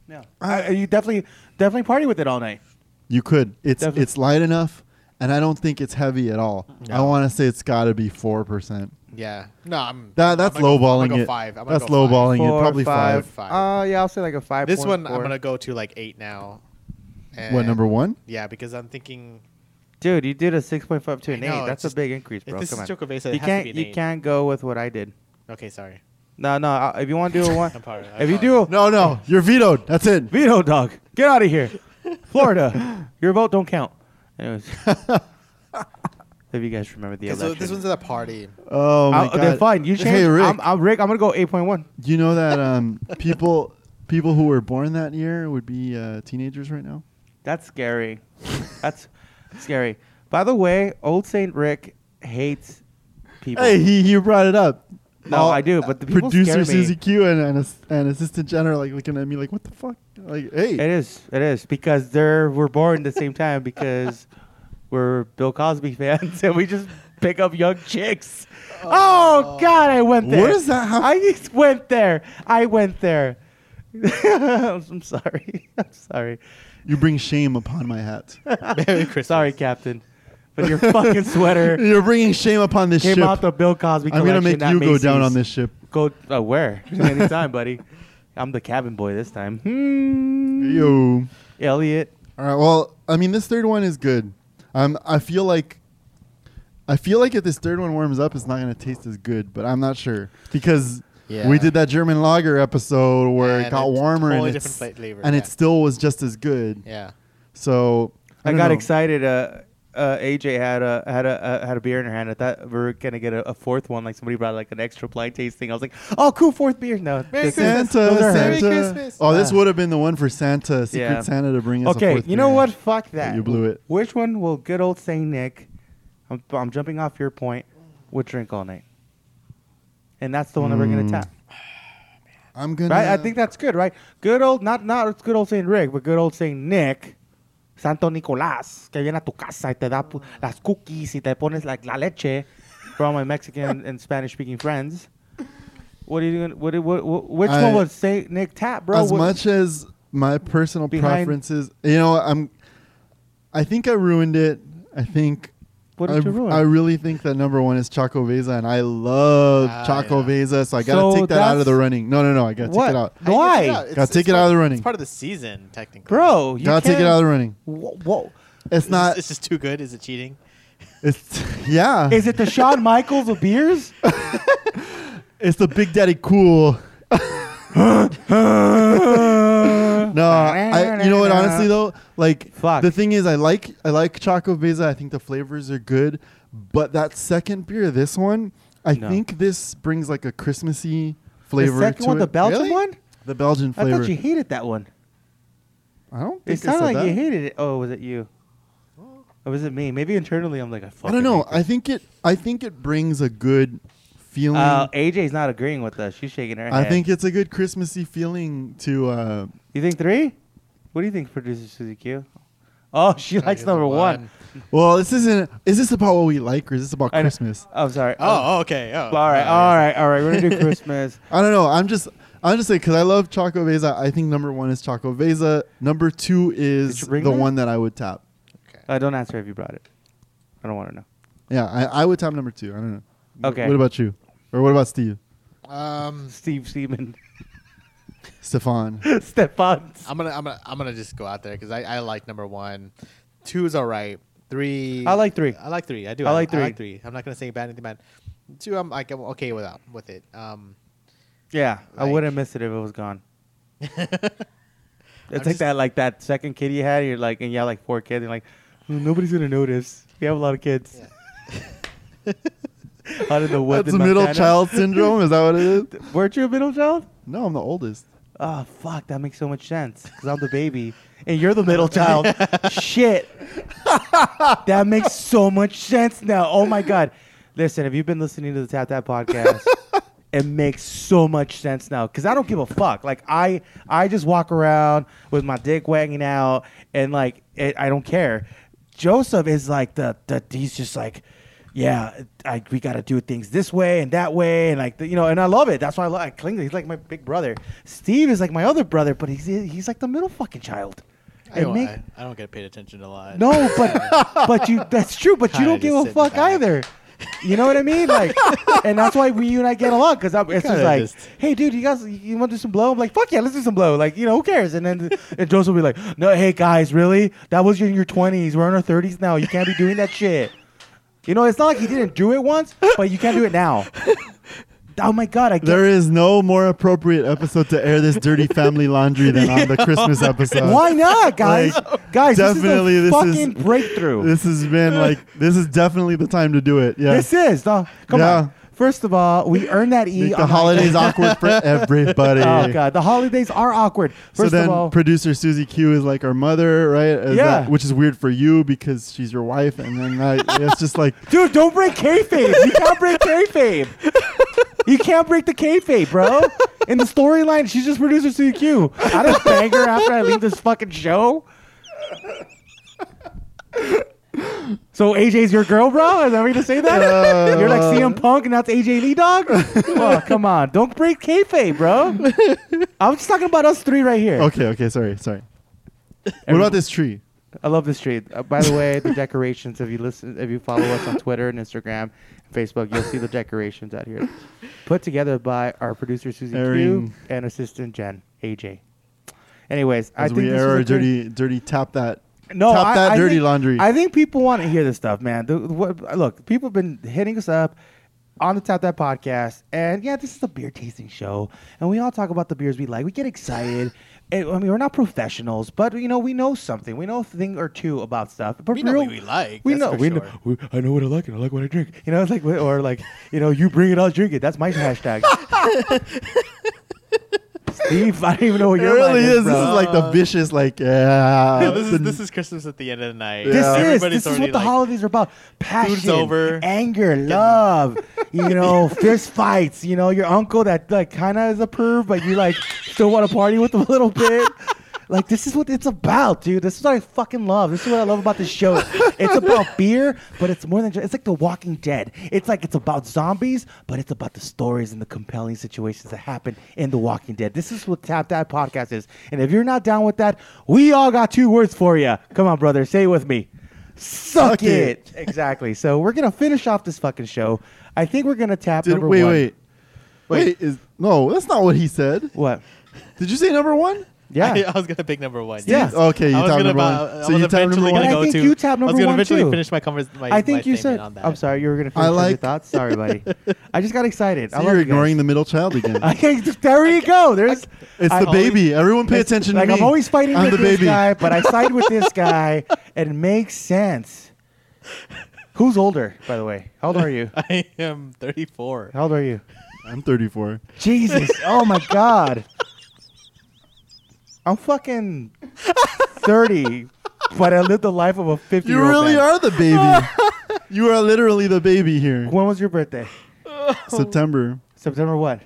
Speaker 1: Yeah,
Speaker 3: Uh,
Speaker 1: I, you definitely definitely party with it all night.
Speaker 2: you could. It's
Speaker 1: Definitely.
Speaker 2: it's light enough, and I don't think it's heavy at all. I
Speaker 3: No.
Speaker 2: want to say it's got to be four percent.
Speaker 3: Yeah. No, I'm.
Speaker 2: That that's
Speaker 3: I'm gonna go- I'm
Speaker 2: lowballing
Speaker 3: gonna go
Speaker 2: it.
Speaker 3: Five. I'm gonna
Speaker 2: That's
Speaker 3: go five.
Speaker 2: lowballing it. Probably five.
Speaker 3: Five.
Speaker 1: Uh, yeah, I'll say like a five.
Speaker 3: This one I'm gonna go to like eight now.
Speaker 2: What
Speaker 3: And-
Speaker 2: number one?
Speaker 3: Yeah, because I'm thinking
Speaker 1: Dude, you did a six point five to an
Speaker 3: I know,
Speaker 1: eight.
Speaker 3: it's
Speaker 1: That's
Speaker 3: just-
Speaker 1: a big increase,
Speaker 3: if
Speaker 1: bro.
Speaker 3: this
Speaker 1: Come
Speaker 3: is
Speaker 1: on.
Speaker 3: Choco Vesa, it
Speaker 1: you
Speaker 3: has to
Speaker 1: can't
Speaker 3: be an
Speaker 1: you
Speaker 3: eight.
Speaker 1: can't go with what I did.
Speaker 3: Okay, sorry.
Speaker 1: No, no. I- If you want to do a one,
Speaker 3: I'm sorry, I'm
Speaker 1: if you
Speaker 3: sorry.
Speaker 1: do a
Speaker 2: No, no, you're vetoed. That's it.
Speaker 1: veto dog, get out of here, Florida. Your vote don't count. Anyways, if you guys remember the
Speaker 3: Okay, so
Speaker 1: election,
Speaker 3: this one's at a party.
Speaker 2: Oh my
Speaker 1: I'll-
Speaker 2: god.
Speaker 1: okay, Uh, fine. You change.
Speaker 2: Hey Rick,
Speaker 1: I'm, I'm Rick. I'm gonna go eight point one.
Speaker 2: you know that um people people who were born that year would be uh, teenagers right now.
Speaker 1: That's scary. That's scary. By the way, Old Saint Rick hates people.
Speaker 2: Hey, he, he brought it up.
Speaker 1: No, I do, but the people scare
Speaker 2: producer
Speaker 1: me.
Speaker 2: Susie Q and and, ass- and assistant general like looking at me like, what the fuck? Like, hey,
Speaker 1: It is. It is because they're we're born at the same time because we're Bill Cosby fans and we just pick up young chicks. Oh, God, I went
Speaker 2: What
Speaker 1: there.
Speaker 2: does that have-
Speaker 1: I just went there. I went there. I'm sorry. I'm sorry.
Speaker 2: you bring shame upon my hat.
Speaker 3: Merry Christmas.
Speaker 1: Sorry, Captain. But your fucking sweater
Speaker 2: You're bringing shame upon this
Speaker 1: came
Speaker 2: ship.
Speaker 1: out the Bill Cosby.
Speaker 2: I'm gonna
Speaker 1: collection
Speaker 2: make
Speaker 1: at
Speaker 2: you go down
Speaker 1: Macy's.
Speaker 2: on this ship.
Speaker 1: Go uh, where? Anytime, buddy. I'm the cabin boy this time. Hmm.
Speaker 2: Yo.
Speaker 1: Elliot.
Speaker 2: All right. Well, I mean, this third one is good. Um, I feel like, I feel like if this third one warms up, it's not going to taste as good. But I'm not sure because
Speaker 3: Yeah.
Speaker 2: we did that German lager episode where it
Speaker 3: And
Speaker 2: got
Speaker 3: it's
Speaker 2: warmer
Speaker 3: totally
Speaker 2: and
Speaker 3: different
Speaker 2: it's-
Speaker 3: fla- flavor,
Speaker 2: and
Speaker 3: yeah.
Speaker 2: it still was just as good.
Speaker 3: Yeah.
Speaker 2: So
Speaker 1: I,
Speaker 2: don't
Speaker 1: got
Speaker 2: know.
Speaker 1: excited. Uh, uh, AJ had a had a uh, had a beer in her hand. I thought we were gonna get a, a fourth one. Like somebody brought like an extra blind tasting. I was like, oh, cool, fourth beer. No,
Speaker 3: Merry
Speaker 1: this-
Speaker 3: Christmas.
Speaker 2: Santa,
Speaker 1: those are her. Ah.
Speaker 3: Merry
Speaker 2: Santa.
Speaker 3: Christmas.
Speaker 2: Oh, this would have been the one for Santa, Secret
Speaker 1: Yeah.
Speaker 2: Santa, to bring us. a
Speaker 1: Okay,
Speaker 2: fourth
Speaker 1: you know
Speaker 2: beer.
Speaker 1: what? Fuck that.
Speaker 2: you blew it.
Speaker 1: Which one will good old Saint Nick? I'm I'm jumping off your point. Would drink all night, and that's the one that we're gonna
Speaker 2: Mm.
Speaker 1: tap.
Speaker 2: I'm gonna.
Speaker 1: Right? I think that's good, right? Good old, not not good old Saint Rick, but good old Saint Nick, Santo Nicolás, que viene a tu casa y te da pu-
Speaker 2: Oh.
Speaker 1: las cookies y te pones like la leche for all my Mexican and Spanish speaking friends. What are you gonna, what, what, what, which
Speaker 2: I-
Speaker 1: one was Saint Nick tap, bro?
Speaker 2: as
Speaker 1: What-
Speaker 2: much as my personal
Speaker 1: Behind-
Speaker 2: preferences you know i'm i think i ruined it i think
Speaker 1: What
Speaker 2: I,
Speaker 1: did you ruin?
Speaker 2: I really think that number one is Chaco Veza, and I love
Speaker 3: Ah,
Speaker 2: Chaco
Speaker 3: yeah.
Speaker 2: Veza, so I gotta
Speaker 1: So
Speaker 2: take that out of the
Speaker 1: that's-
Speaker 2: running. No, no, no, I gotta
Speaker 1: What?
Speaker 2: take it out.
Speaker 1: No, Why?
Speaker 3: Gotta
Speaker 2: Gotta take it out of the running.
Speaker 3: It's part of the season, technically.
Speaker 1: bro, you
Speaker 2: gotta take it
Speaker 1: can't-
Speaker 2: out of the running.
Speaker 1: Whoa, whoa.
Speaker 2: It's not.
Speaker 3: It's just too good. Is it cheating?
Speaker 2: It's yeah.
Speaker 1: Is it the Shawn Michaels of beers?
Speaker 2: It's the Big Daddy Cool. No, I, you know what? Honestly, though, like
Speaker 1: Fuck.
Speaker 2: the thing is, I like I like Choco Beza. I think the flavors are good, but that second beer, this one, I
Speaker 1: No.
Speaker 2: think this brings like a Christmassy flavor
Speaker 1: the second
Speaker 2: to
Speaker 1: one,
Speaker 2: it.
Speaker 1: the Belgian
Speaker 3: Really?
Speaker 1: one.
Speaker 2: The Belgian
Speaker 1: I
Speaker 2: flavor.
Speaker 1: thought you hated that one.
Speaker 2: I don't
Speaker 1: It
Speaker 2: think I said
Speaker 1: sounded like
Speaker 2: that.
Speaker 1: you hated it. Oh, was it you? Or was it me? Maybe internally, I'm like, I fucking.
Speaker 2: I don't know.
Speaker 1: hate
Speaker 2: I think it. I think it brings a good
Speaker 1: this.
Speaker 2: feeling.
Speaker 1: uh, AJ's not agreeing with us. She's shaking her head.
Speaker 2: I think it's a good Christmassy feeling to. Uh,
Speaker 1: You think three? What do you think, producer Susie Q? Oh, she likes
Speaker 3: give it
Speaker 1: number one.
Speaker 3: one.
Speaker 2: well, this isn't. Is this about what we like, or is this about
Speaker 1: I know-
Speaker 2: Christmas?
Speaker 1: I'm sorry. Um,
Speaker 3: Oh, okay. Oh,
Speaker 1: all right, all right, all right. We're gonna do Christmas.
Speaker 2: I don't know. I'm just I'm just saying because I love Choco Veza. I think number one is Choco Veza. Number two is
Speaker 1: Did you bring
Speaker 2: the
Speaker 1: that?
Speaker 2: one that I would tap.
Speaker 1: Uh, don't answer if you brought it. I don't want to know.
Speaker 2: Yeah, I, I would tap number two. I don't know. Wh-
Speaker 1: Okay.
Speaker 2: What about you? Or what about Steve?
Speaker 3: Um,
Speaker 1: Steve Seaman,
Speaker 2: Stefan.
Speaker 1: Stefan.
Speaker 3: I'm gonna, I'm gonna, I'm gonna just go out there because I, I like number one. Two is all right. Three.
Speaker 1: I like three.
Speaker 3: I like three. I do.
Speaker 1: I like
Speaker 3: I
Speaker 1: three.
Speaker 3: like three. I'm not gonna say bad anything bad. Two, I'm like I'm okay without with it. Um,
Speaker 1: Yeah, I
Speaker 3: Like-
Speaker 1: wouldn't miss it if it was gone. it's
Speaker 3: I'm
Speaker 1: like
Speaker 3: just-
Speaker 1: that, like that second kid you had. You're like, and you have like four kids. And you're like, "Mm, nobody's gonna notice. We have a lot of kids. Out in the woods.
Speaker 2: That's
Speaker 1: in
Speaker 2: middle
Speaker 1: Montana.
Speaker 2: child syndrome. Is that what it is?
Speaker 1: Weren't you a middle child?
Speaker 2: No, I'm the oldest.
Speaker 1: Oh fuck, that makes so much sense. Cause I'm the baby, and you're the middle child. Shit, that makes so much sense now. Oh my god, listen, if you've been listening to the Tap Tap podcast, it makes so much sense now. Cause I don't give a fuck. Like I, I just walk around with my dick wagging out, and like it, I don't care. Joseph is like the the he's just like. Yeah, I, we got to do things this way and that way, and like the, you know, and I love it. That's why I, lo- I cling to. He's like my big brother. Steve is like my other brother, but he's he's like the middle fucking child.
Speaker 3: I
Speaker 1: It
Speaker 3: don't,
Speaker 1: make-
Speaker 3: I, I don't get paid attention to a lot.
Speaker 1: no, but but you that's true, but you
Speaker 3: Kinda
Speaker 1: don't give
Speaker 3: just
Speaker 1: a
Speaker 3: sit in the
Speaker 1: fuck
Speaker 3: back.
Speaker 1: either. You know what I mean? Like, and that's why we you and I get along because it's just
Speaker 3: kinda
Speaker 1: like,
Speaker 3: just-
Speaker 1: hey, dude, you guys, you want to do some blow? I'm like, fuck yeah, let's do some blow. Like, you know, who cares? And then and Joseph will be like, no, hey guys, really? That was in your 20s. We're in our 30s now. You can't be doing that shit. You know, it's not like he didn't do it once, but you can't do it now. Oh my god, I get
Speaker 2: There is no more appropriate episode to air this dirty family laundry than on the Christmas episode.
Speaker 1: Why not, guys?
Speaker 2: Like,
Speaker 1: guys,
Speaker 2: definitely
Speaker 1: this
Speaker 2: this
Speaker 1: is a
Speaker 2: is-
Speaker 1: fucking breakthrough.
Speaker 2: This has been like this is definitely the time to do it. Yeah.
Speaker 1: This is. Uh, come
Speaker 2: Yeah.
Speaker 1: on. First of all, we earned that E.
Speaker 2: Make
Speaker 1: on
Speaker 2: the holidays awkward for everybody.
Speaker 1: Oh god, the holidays are awkward.
Speaker 2: so
Speaker 1: First
Speaker 2: then
Speaker 1: of all,
Speaker 2: producer Susie Q is like our mother, right? Is
Speaker 1: Yeah.
Speaker 2: that- which is weird for you because she's your wife, and then I, it's just like
Speaker 1: dude, don't break kayfabe. You can't break kayfabe. You can't break the kayfabe, bro. In the storyline, she's just producer CQ. I don't bang her after I leave this fucking show. So AJ's your girl, bro? Is that what you're gonna say that? you're like CM Punk and that's AJ Lee dog? oh, come on. Don't break kayfabe, bro. I'm just talking about us three right here.
Speaker 2: okay, okay, sorry, sorry. What
Speaker 1: Every-
Speaker 2: about this tree?
Speaker 1: I love this tree. Uh, by the way, the decorations. If you listen, if you follow us on Twitter and Instagram, and Facebook, you'll see the decorations out here, put together by our producer Susie
Speaker 2: Airing.
Speaker 1: Q and assistant Jen AJ. Anyways, I
Speaker 2: As
Speaker 1: think
Speaker 2: we
Speaker 1: this
Speaker 2: air
Speaker 1: was
Speaker 2: our
Speaker 1: a great-
Speaker 2: dirty, dirty tap that,
Speaker 1: no,
Speaker 2: tap
Speaker 1: I-
Speaker 2: that
Speaker 1: I
Speaker 2: dirty
Speaker 1: think-
Speaker 2: laundry.
Speaker 1: I think people want to hear this stuff, man. The, what, look, people have been hitting us up on the Tap That podcast, and yeah, this is a beer tasting show, and we all talk about the beers we like. We get excited. And, I mean, we're not professionals, but you know, we know something. We know a thing or two about stuff. But
Speaker 3: We know what
Speaker 1: real-
Speaker 3: we like,
Speaker 1: We
Speaker 3: that's
Speaker 1: know.
Speaker 3: for
Speaker 1: We
Speaker 3: sure.
Speaker 1: know. we- I know what I like, and I like what I drink. You know, it's like or like you know, you bring it, I'll drink it. That's my hashtag. Steve, I don't even know what
Speaker 2: it
Speaker 1: your line
Speaker 2: really is.
Speaker 1: bro.
Speaker 2: This is like
Speaker 1: uh,
Speaker 2: the vicious, like yeah.
Speaker 3: No, this
Speaker 2: the-
Speaker 3: is this is Christmas at the end of the night.
Speaker 1: This
Speaker 2: Yeah.
Speaker 1: is this is what
Speaker 3: already,
Speaker 1: the
Speaker 3: like-
Speaker 1: holidays are about. Passion,
Speaker 3: over.
Speaker 1: anger, love. You know, fist fights. You know, your uncle that like kind of is a perv, but you like still want to party with him a little bit. Like this is what it's about, dude. This is what I fucking love. This is what I love about this show. It's about beer, but it's more than just. It's like The Walking Dead. It's like it's about zombies, but it's about the stories and the compelling situations that happen in The Walking Dead. This is what Tap That Podcast is. And if you're not down with that, we all got two words for you. Come on, brother, say it with me. Suck
Speaker 2: Suck it.
Speaker 1: it. Exactly. So we're gonna finish off this fucking show. I think we're gonna tap
Speaker 2: did,
Speaker 1: number
Speaker 2: wait,
Speaker 1: one.
Speaker 2: wait, wait, Is no, that's not what he said.
Speaker 1: What?
Speaker 2: Did you say number one?
Speaker 1: Yeah.
Speaker 3: I, I was gonna pick number one.
Speaker 1: Yeah.
Speaker 3: yes.
Speaker 2: Okay, you
Speaker 3: I was
Speaker 2: tapped
Speaker 3: gonna
Speaker 2: number
Speaker 3: about,
Speaker 2: one.
Speaker 3: I
Speaker 2: So
Speaker 3: was
Speaker 2: you tapped number
Speaker 3: eventually
Speaker 2: one.
Speaker 1: But
Speaker 3: gonna
Speaker 1: I
Speaker 3: go
Speaker 1: think
Speaker 3: to.
Speaker 1: you tapped
Speaker 3: I
Speaker 1: number
Speaker 3: was gonna
Speaker 1: one,
Speaker 3: eventually
Speaker 1: too.
Speaker 3: finish my convers. My,
Speaker 1: I think
Speaker 3: my
Speaker 1: you
Speaker 3: statement
Speaker 1: said.
Speaker 3: On that.
Speaker 1: I'm sorry, you were gonna
Speaker 2: I
Speaker 1: finish with your
Speaker 2: like-
Speaker 1: thoughts. Sorry, buddy. I just got excited. I
Speaker 2: So
Speaker 1: love
Speaker 2: you're
Speaker 1: you guys.
Speaker 2: ignoring the middle child again.
Speaker 1: I can't- there you go. There's
Speaker 2: it's
Speaker 1: I
Speaker 2: the
Speaker 1: always-
Speaker 2: baby. Everyone, pay
Speaker 1: it's
Speaker 2: attention
Speaker 1: Like
Speaker 2: to me.
Speaker 1: I'm always fighting
Speaker 2: I'm
Speaker 1: with
Speaker 2: the
Speaker 1: this
Speaker 2: baby.
Speaker 1: guy, but I side with this guy. It makes sense. Who's older, by the way? How old are you?
Speaker 3: I am 34.
Speaker 1: How old are you?
Speaker 2: I'm 34.
Speaker 1: Jesus. Oh my God. I'm fucking 30, but I lived the life of a 50
Speaker 2: You
Speaker 1: year old.
Speaker 2: really are the baby. you are literally the baby here.
Speaker 1: When was your birthday?
Speaker 2: September.
Speaker 1: September what?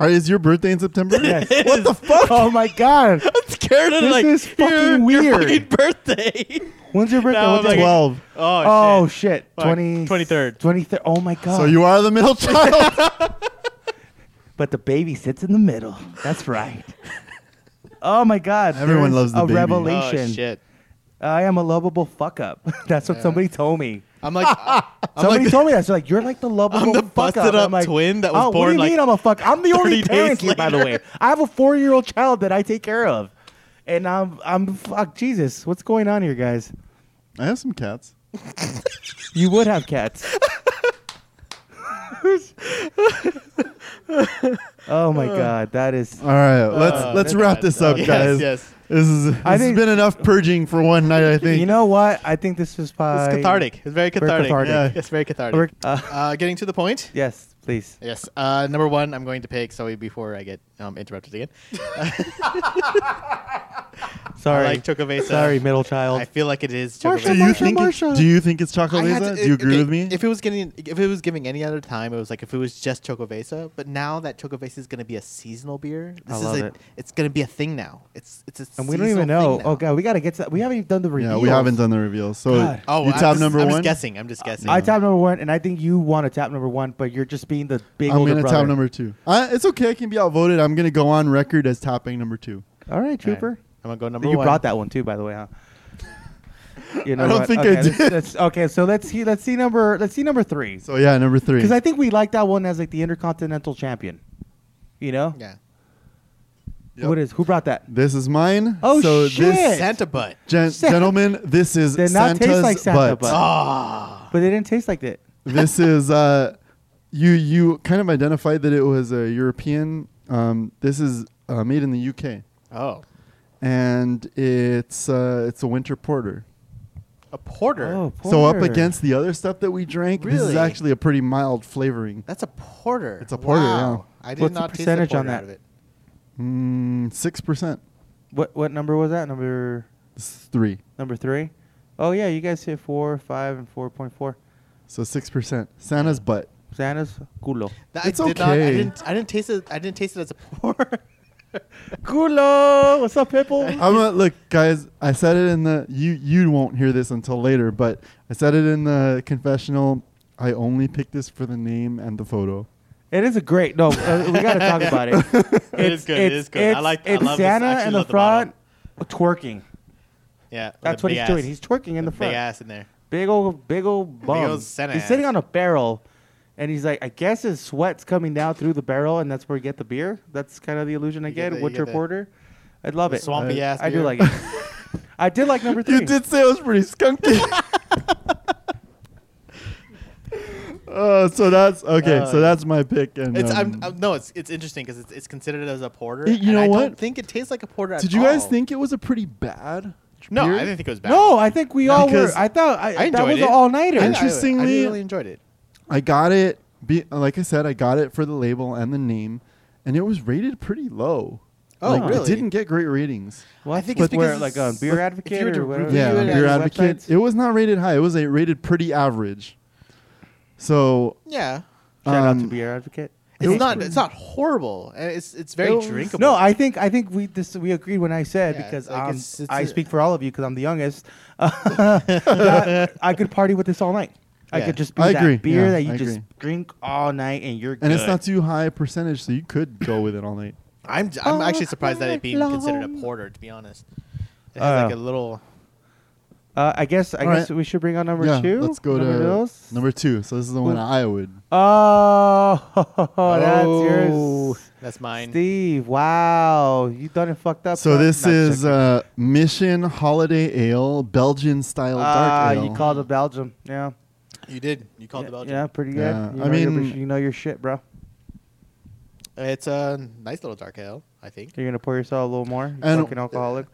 Speaker 2: All right, is your birthday in September?
Speaker 1: Yes.
Speaker 2: What the fuck?
Speaker 1: Oh my God.
Speaker 3: I'm scared of
Speaker 1: This
Speaker 3: like
Speaker 1: is fucking
Speaker 3: your, Your
Speaker 1: weird.
Speaker 3: fucking birthday.
Speaker 1: When's your birthday?
Speaker 3: Now
Speaker 1: What's
Speaker 3: I'm
Speaker 1: your-
Speaker 2: 12.
Speaker 3: like- Oh,
Speaker 1: Oh
Speaker 3: shit.
Speaker 1: shit!
Speaker 3: Fuck.
Speaker 1: 20,
Speaker 3: 23rd.
Speaker 1: 23rd. Oh my god!
Speaker 2: So you are the middle child.
Speaker 1: but the baby sits in the middle. That's right. oh my god!
Speaker 2: Everyone
Speaker 1: there's
Speaker 2: loves the
Speaker 1: a
Speaker 2: baby.
Speaker 1: revelation.
Speaker 3: Oh shit.
Speaker 1: I am a lovable fuck up. That's what somebody told me.
Speaker 3: I'm like, I'm
Speaker 1: Somebody
Speaker 3: like,
Speaker 1: told me that. So like, you're like the lovable
Speaker 3: I'm the
Speaker 1: fuck up.
Speaker 3: busted
Speaker 1: I'm
Speaker 3: up
Speaker 1: like,
Speaker 3: twin that was
Speaker 1: oh, What do
Speaker 3: born,
Speaker 1: you
Speaker 3: like,
Speaker 1: mean? I'm a fuck. I'm the only
Speaker 3: 30 days
Speaker 1: parent here, by the way.
Speaker 3: later.
Speaker 1: I have a four year old child that I take care of, and I'm I'm fuck Jesus. What's going on here, guys?
Speaker 2: I have some cats.
Speaker 1: You would have cats. oh my god, that is.
Speaker 2: All right, let's
Speaker 3: Uh,
Speaker 2: let's
Speaker 3: that's
Speaker 2: wrap
Speaker 3: bad.
Speaker 2: this up,
Speaker 3: Yes,
Speaker 2: guys.
Speaker 3: yes.
Speaker 2: This is this
Speaker 1: I
Speaker 2: has
Speaker 1: think-
Speaker 2: been enough purging for one night, I think.
Speaker 1: You know what? I think this was probably.
Speaker 3: it's cathartic. It's very cathartic.
Speaker 1: cathartic.
Speaker 2: Yeah.
Speaker 3: It's very cathartic.
Speaker 1: We're- uh,
Speaker 3: Uh, getting to the point.
Speaker 1: yes, please.
Speaker 3: Yes. Uh, number one, I'm going to pick. Sorry, before I get um, interrupted again.
Speaker 1: Sorry.
Speaker 3: I like Chocovesa.
Speaker 1: Sorry, middle child.
Speaker 3: I feel like it is
Speaker 1: Marshall,
Speaker 2: do you
Speaker 3: Chocovesa.
Speaker 1: Marsha,
Speaker 2: think
Speaker 1: Marsha.
Speaker 2: It, do you think it's
Speaker 3: I
Speaker 2: Choco
Speaker 3: had
Speaker 2: Lisa?
Speaker 3: to-
Speaker 2: Do you agree
Speaker 3: okay,
Speaker 2: with me?
Speaker 3: If it was getting, if it was giving any other time, it was like if it was just Chocovesa. But now that Chocovesa is going to be a seasonal beer, this is
Speaker 1: love
Speaker 3: a,
Speaker 1: it.
Speaker 3: It's going to be a thing now. It's it's a.
Speaker 1: and we don't even
Speaker 3: seasonal
Speaker 1: know.
Speaker 3: thing now.
Speaker 1: Oh god, we gotta get to that. We haven't even done the review.
Speaker 2: yeah, we haven't done the reveal. So
Speaker 1: God.
Speaker 3: Oh,
Speaker 2: you
Speaker 3: I'm
Speaker 2: tab
Speaker 3: just-
Speaker 2: number
Speaker 3: I'm
Speaker 2: one.
Speaker 3: Just guessing. I'm just guessing.
Speaker 1: I tap number one, and I think you want to tap number one, but you're just being the big.
Speaker 2: I'm
Speaker 1: older
Speaker 2: gonna
Speaker 1: brother.
Speaker 2: tap number two. Uh, it's okay. I can be outvoted. I'm gonna go on record as tapping number two.
Speaker 1: All right,
Speaker 3: All right.
Speaker 1: trooper.
Speaker 3: I'm gonna go number
Speaker 1: you
Speaker 3: one.
Speaker 1: brought that one too, by the way, huh? You know
Speaker 2: don't
Speaker 1: what?
Speaker 2: think I
Speaker 1: okay, let's-
Speaker 2: did.
Speaker 1: let's- okay, so let's see. Let's see number. Let's see number three.
Speaker 2: So yeah, number three.
Speaker 1: Because I think we like that one as like the intercontinental champion. You know.
Speaker 3: Yeah.
Speaker 2: Yep.
Speaker 1: What is? Who brought that?
Speaker 2: This is mine.
Speaker 1: Oh,
Speaker 2: so
Speaker 1: shit.
Speaker 2: This,
Speaker 3: Santa butt.
Speaker 2: gen-
Speaker 1: Santa-
Speaker 2: gentlemen, this is
Speaker 1: Did
Speaker 2: Santa's
Speaker 1: not taste like Santa
Speaker 2: butt.
Speaker 1: butt.
Speaker 3: Ah.
Speaker 1: But they didn't taste like that.
Speaker 2: this is uh, you. You kind of identified that it was a European. Um, this is uh, made in the UK,
Speaker 3: Oh.
Speaker 2: and it's uh, it's a winter porter.
Speaker 6: A porter.
Speaker 1: Oh,
Speaker 2: So up
Speaker 1: porter.
Speaker 2: against the other stuff that we drank, this is
Speaker 6: Really?
Speaker 2: actually a pretty mild flavoring.
Speaker 6: That's a porter.
Speaker 2: It's a porter,
Speaker 6: Wow. I did
Speaker 1: What's the
Speaker 6: not taste
Speaker 1: percentage
Speaker 6: the
Speaker 1: on
Speaker 6: porter
Speaker 1: that?
Speaker 6: out of it.
Speaker 2: Mm, Six percent.
Speaker 1: What what number was that? Number
Speaker 2: This is three.
Speaker 1: number three. Oh yeah, you guys hit four, five, and four point four.
Speaker 2: So six percent. Santa's butt.
Speaker 1: Santa's culo.
Speaker 6: That
Speaker 2: It's
Speaker 6: I did Not, I
Speaker 2: okay.
Speaker 6: didn't. I didn't taste it. I didn't taste it as a porter.
Speaker 1: Culo. What's up, Pipple?
Speaker 2: I'm gonna, look, guys. I said it in the you you won't hear this until later, but I said it in the confessional. I only picked this for the name and the photo.
Speaker 1: It is a great. No, uh, we got to talk about it. It's,
Speaker 3: It is good, it is good. I
Speaker 1: it's-
Speaker 3: like- I
Speaker 1: It's
Speaker 3: love this. I
Speaker 1: Santa
Speaker 3: actually
Speaker 1: in the
Speaker 3: love the bottom.
Speaker 1: front, twerking.
Speaker 3: Yeah. with
Speaker 1: That's
Speaker 3: the
Speaker 1: what
Speaker 3: big
Speaker 1: he's
Speaker 3: ass.
Speaker 1: doing. He's twerking in the,
Speaker 3: The
Speaker 1: front.
Speaker 3: big ass in there.
Speaker 1: Big old, big old bum.
Speaker 3: old Santa
Speaker 1: he's sitting
Speaker 3: ass.
Speaker 1: on a barrel, and he's like, I guess his sweat's coming down through the barrel, and that's where you get the beer. That's kind of the illusion I
Speaker 3: You get
Speaker 1: get.
Speaker 3: the- you
Speaker 1: Witcher
Speaker 3: get the-
Speaker 1: Porter. I'd love
Speaker 3: the
Speaker 1: it.
Speaker 3: swampy
Speaker 1: I-
Speaker 3: ass
Speaker 1: I do
Speaker 3: beer.
Speaker 1: like it. I did like number three.
Speaker 2: You did say it was pretty skunky. uh, so that's okay.
Speaker 3: Uh,
Speaker 2: so that's my pick. And
Speaker 3: It's
Speaker 2: um,
Speaker 3: I'm, I'm- no, it's it's interesting because it's, it's considered as a porter.
Speaker 2: Y- you
Speaker 3: and
Speaker 2: know
Speaker 3: I
Speaker 2: what?
Speaker 3: don't think it tastes like a porter. at
Speaker 2: did you guys
Speaker 3: all.
Speaker 2: think it was a pretty bad?
Speaker 3: No,
Speaker 2: beer?
Speaker 3: I didn't think it was bad.
Speaker 1: no, I think we all were.
Speaker 2: Because
Speaker 1: I thought I,
Speaker 3: I
Speaker 1: that
Speaker 3: enjoyed
Speaker 1: was
Speaker 3: it.
Speaker 1: an all nighter.
Speaker 3: I- I- I,
Speaker 2: Interestingly-
Speaker 3: really enjoyed it.
Speaker 2: I got it. Be, like I said, I got it for the label and the name, and it was rated pretty low.
Speaker 3: Oh,
Speaker 2: Like, It
Speaker 3: really?
Speaker 2: didn't get great ratings.
Speaker 1: Well,
Speaker 3: I think
Speaker 1: but
Speaker 3: it's because
Speaker 1: where, like
Speaker 3: it's-
Speaker 1: on beer
Speaker 3: if you
Speaker 1: advocate
Speaker 3: were to
Speaker 1: or whatever.
Speaker 3: review
Speaker 2: Yeah,
Speaker 3: it
Speaker 2: on
Speaker 3: at
Speaker 2: Beer
Speaker 3: the
Speaker 2: Advocate.
Speaker 1: websites?
Speaker 2: It was not rated high. It was a rated pretty average. So
Speaker 3: Yeah,
Speaker 1: Shout out to
Speaker 2: um,
Speaker 1: beer advocate.
Speaker 3: it's
Speaker 2: was
Speaker 3: not
Speaker 2: pretty-
Speaker 3: it's not horrible. and It's it's very
Speaker 1: It was-
Speaker 3: drinkable.
Speaker 1: No, I think I think we this we agreed when I said
Speaker 3: Yeah,
Speaker 1: because
Speaker 3: it's like
Speaker 1: um,
Speaker 3: it's- it's
Speaker 1: I
Speaker 3: a-
Speaker 1: speak for all of you because I'm the youngest. that I could party with this all night. I
Speaker 3: Yeah.
Speaker 1: could just be
Speaker 2: I
Speaker 1: that
Speaker 2: agree.
Speaker 1: beer
Speaker 2: Yeah,
Speaker 1: that you
Speaker 2: I
Speaker 1: just
Speaker 2: agree.
Speaker 1: drink all night and you're
Speaker 2: and
Speaker 1: good.
Speaker 2: it's not too high a percentage, so you could go with it all night.
Speaker 3: I'm I'm actually
Speaker 1: Oh,
Speaker 3: surprised that it being
Speaker 1: hello.
Speaker 3: considered a porter. To be honest, it has
Speaker 1: Uh,
Speaker 3: like a little.
Speaker 1: Uh, I guess I
Speaker 2: All
Speaker 1: guess
Speaker 2: right.
Speaker 1: we should bring on number
Speaker 2: yeah,
Speaker 1: two.
Speaker 2: let's go
Speaker 1: number
Speaker 2: to
Speaker 1: those?
Speaker 2: number two. So this is the one
Speaker 1: Who-
Speaker 2: I would.
Speaker 1: Oh, that's
Speaker 3: Oh,
Speaker 1: yours,
Speaker 3: That's mine.
Speaker 1: Steve. Wow, you done it fucked up.
Speaker 2: So
Speaker 1: huh?
Speaker 2: this
Speaker 1: Not
Speaker 2: is
Speaker 1: joking.
Speaker 2: uh, Mission Holiday Ale, Belgian style
Speaker 1: ah,
Speaker 2: uh, dark ale.
Speaker 1: you called it Belgium. Yeah,
Speaker 3: You did. You called
Speaker 1: yeah,
Speaker 3: the Belgian.
Speaker 1: yeah, pretty good.
Speaker 2: Yeah.
Speaker 1: You
Speaker 2: I
Speaker 1: know your-
Speaker 2: mean-
Speaker 1: you know your shit, bro.
Speaker 3: It's a nice little dark ale, I think.
Speaker 1: You're gonna pour yourself a little more. You
Speaker 2: And-
Speaker 1: fucking alcoholic.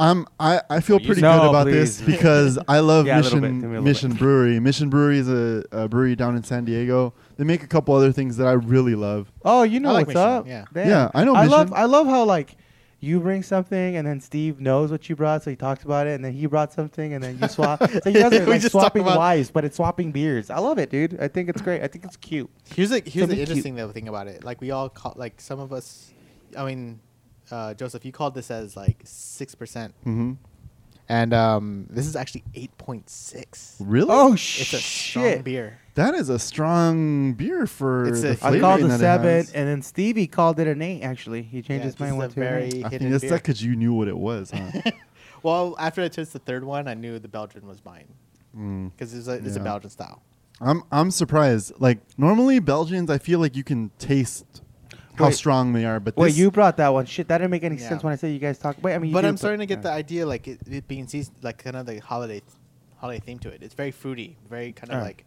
Speaker 2: I'm I, I feel
Speaker 3: you
Speaker 2: pretty
Speaker 1: said-
Speaker 2: good
Speaker 1: No,
Speaker 2: about this
Speaker 1: please.
Speaker 2: because I love
Speaker 1: Yeah, a little bit. Give me
Speaker 2: Mission
Speaker 1: a little
Speaker 2: Mission
Speaker 1: bit.
Speaker 2: Brewery. Mission Brewery is a, a brewery down in San Diego. They make a couple other things that I really love.
Speaker 1: Oh, you know
Speaker 3: I like
Speaker 1: what's
Speaker 3: Michelin,
Speaker 1: up.
Speaker 3: yeah.
Speaker 1: Damn.
Speaker 2: Yeah, I know
Speaker 1: I love
Speaker 2: Michelin.
Speaker 1: I love how like you bring something and then Steve knows what you brought, so he talks about it, and then he brought something, and then you swap. so you guys
Speaker 3: We
Speaker 1: are like
Speaker 3: just talk
Speaker 1: swapping
Speaker 3: about-
Speaker 1: wives, but it's swapping beers. I love it, dude. I think it's great. I think it's cute.
Speaker 3: Here's the here's
Speaker 1: Something
Speaker 3: the
Speaker 1: cute.
Speaker 3: interesting though thing about it. Like we all call like some of us. I mean, uh, Joseph, you called this as like six percent,
Speaker 2: Mm-hmm.
Speaker 3: and um, this is actually eight point six.
Speaker 2: Really?
Speaker 1: Oh
Speaker 3: It's a strong
Speaker 1: shit!
Speaker 3: beer.
Speaker 2: that is a strong beer for
Speaker 3: It's
Speaker 2: the
Speaker 3: a- I
Speaker 1: I
Speaker 2: flavoring
Speaker 1: called
Speaker 2: that
Speaker 1: a
Speaker 2: it
Speaker 1: seven,
Speaker 2: has.
Speaker 1: and then Stevie called it an eight. Actually, he
Speaker 3: Yeah,
Speaker 1: changed his
Speaker 3: this
Speaker 1: mind
Speaker 3: is
Speaker 1: went
Speaker 3: a
Speaker 1: to an eight.
Speaker 3: very
Speaker 2: I think
Speaker 3: hidden
Speaker 2: that's
Speaker 3: beer.
Speaker 2: that because you knew what it was. Huh?
Speaker 3: well, after I tasted the third one, I knew the Belgian was mine
Speaker 2: Mm.
Speaker 3: because it's a it's
Speaker 2: Yeah.
Speaker 3: a Belgian style.
Speaker 2: I'm I'm surprised. Like normally Belgians, I feel like you can taste how
Speaker 1: Wait.
Speaker 2: strong they are, but
Speaker 1: Wait,
Speaker 2: this,
Speaker 1: you brought that one. Shit, that didn't make any
Speaker 3: Yeah.
Speaker 1: sense when I said you guys talk. Wait, I mean, you
Speaker 3: but
Speaker 1: do,
Speaker 3: I'm starting to get the
Speaker 1: yeah.
Speaker 3: idea like it, it being season like kind of the holiday holiday theme to it. It's very fruity, very kind of
Speaker 1: Alright.
Speaker 3: like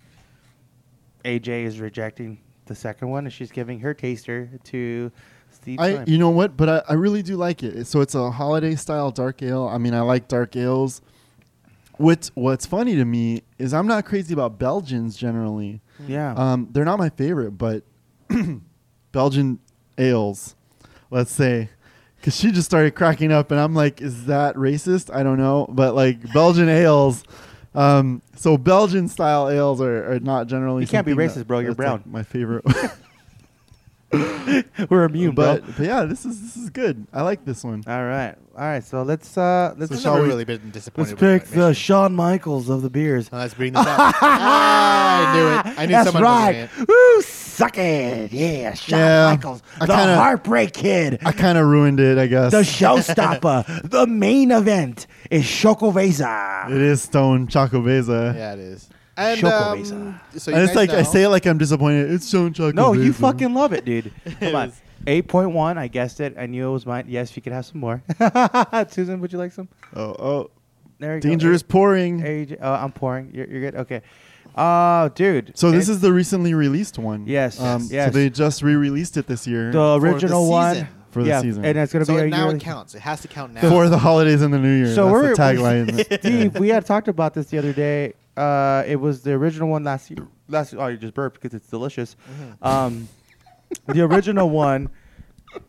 Speaker 1: AJ is rejecting the second one, and she's giving her taster to Steve.
Speaker 2: I
Speaker 1: Prime.
Speaker 2: you know what? But I, I really do like it. So it's a holiday style dark ale. I mean, I like dark ales. What's What's funny to me is I'm not crazy about Belgians generally.
Speaker 1: yeah.
Speaker 2: Um, they're not my favorite, but Belgian ales, let's say. Because she just started cracking up, and I'm like, is that racist? I don't know. But like Belgian ales. Um, so Belgian style ales are, are not generally.
Speaker 1: You can't be
Speaker 2: something
Speaker 1: racist, bro. You're
Speaker 2: that's, like,
Speaker 1: brown.
Speaker 2: my favorite.
Speaker 1: We're immune,
Speaker 2: but,
Speaker 1: bro.
Speaker 2: but yeah, this is this is good. I like this one.
Speaker 1: All right, all right. So let's uh let's
Speaker 3: I've
Speaker 2: shall
Speaker 3: never
Speaker 2: we-
Speaker 3: really been disappointed.
Speaker 1: let's
Speaker 3: with it,
Speaker 1: pick
Speaker 3: but
Speaker 1: the Shawn Michaels of the beers.
Speaker 3: Now let's bring this up. Ah, I knew it. I knew
Speaker 1: That's
Speaker 3: someone
Speaker 1: right.
Speaker 3: was doing
Speaker 1: Woo, suck it. Yeah, Shawn
Speaker 2: Yeah,
Speaker 1: Michaels,
Speaker 2: I
Speaker 1: the
Speaker 2: kinda-
Speaker 1: heartbreak kid,
Speaker 2: I kind of ruined it, I guess.
Speaker 1: the showstopper. the main event is Shoko Vesa.
Speaker 2: it is Stone Chocobeza.
Speaker 3: it. Yeah, it is. And
Speaker 1: Chocobesa.
Speaker 3: um, so you
Speaker 2: And it's
Speaker 3: guys
Speaker 2: like I
Speaker 3: know-
Speaker 2: say it like I'm disappointed. It's Stone Chocobeza.
Speaker 1: No, you fucking love it, dude. Come
Speaker 3: It
Speaker 1: on.
Speaker 3: is.
Speaker 1: 8.1, I guessed it. I knew it was mine. Yes, you could have some more. Susan, would you like some?
Speaker 2: Oh, oh,
Speaker 1: There you go.
Speaker 2: dangerous pouring.
Speaker 1: AJ, oh, I'm pouring. You're, you're good. Okay. Oh, dude.
Speaker 2: So this
Speaker 1: It-
Speaker 2: is the recently released one.
Speaker 1: Yes,
Speaker 2: Um,
Speaker 1: yes.
Speaker 2: So they just re-released it this year.
Speaker 1: the
Speaker 3: the
Speaker 1: original one.
Speaker 3: season.
Speaker 2: for the
Speaker 1: yeah,
Speaker 2: season.
Speaker 1: and it's gonna
Speaker 3: So
Speaker 1: be a
Speaker 3: it now
Speaker 1: yearly-
Speaker 3: it counts. It has to count now.
Speaker 2: for the holidays and the New Year.
Speaker 1: So
Speaker 2: That's
Speaker 1: we're-
Speaker 2: the tagline.
Speaker 1: Steve, we had talked about this the other day. Uh, it was the original one last year. Last oh, you just burped because it's delicious.
Speaker 3: Mm-hmm.
Speaker 1: Um, the original one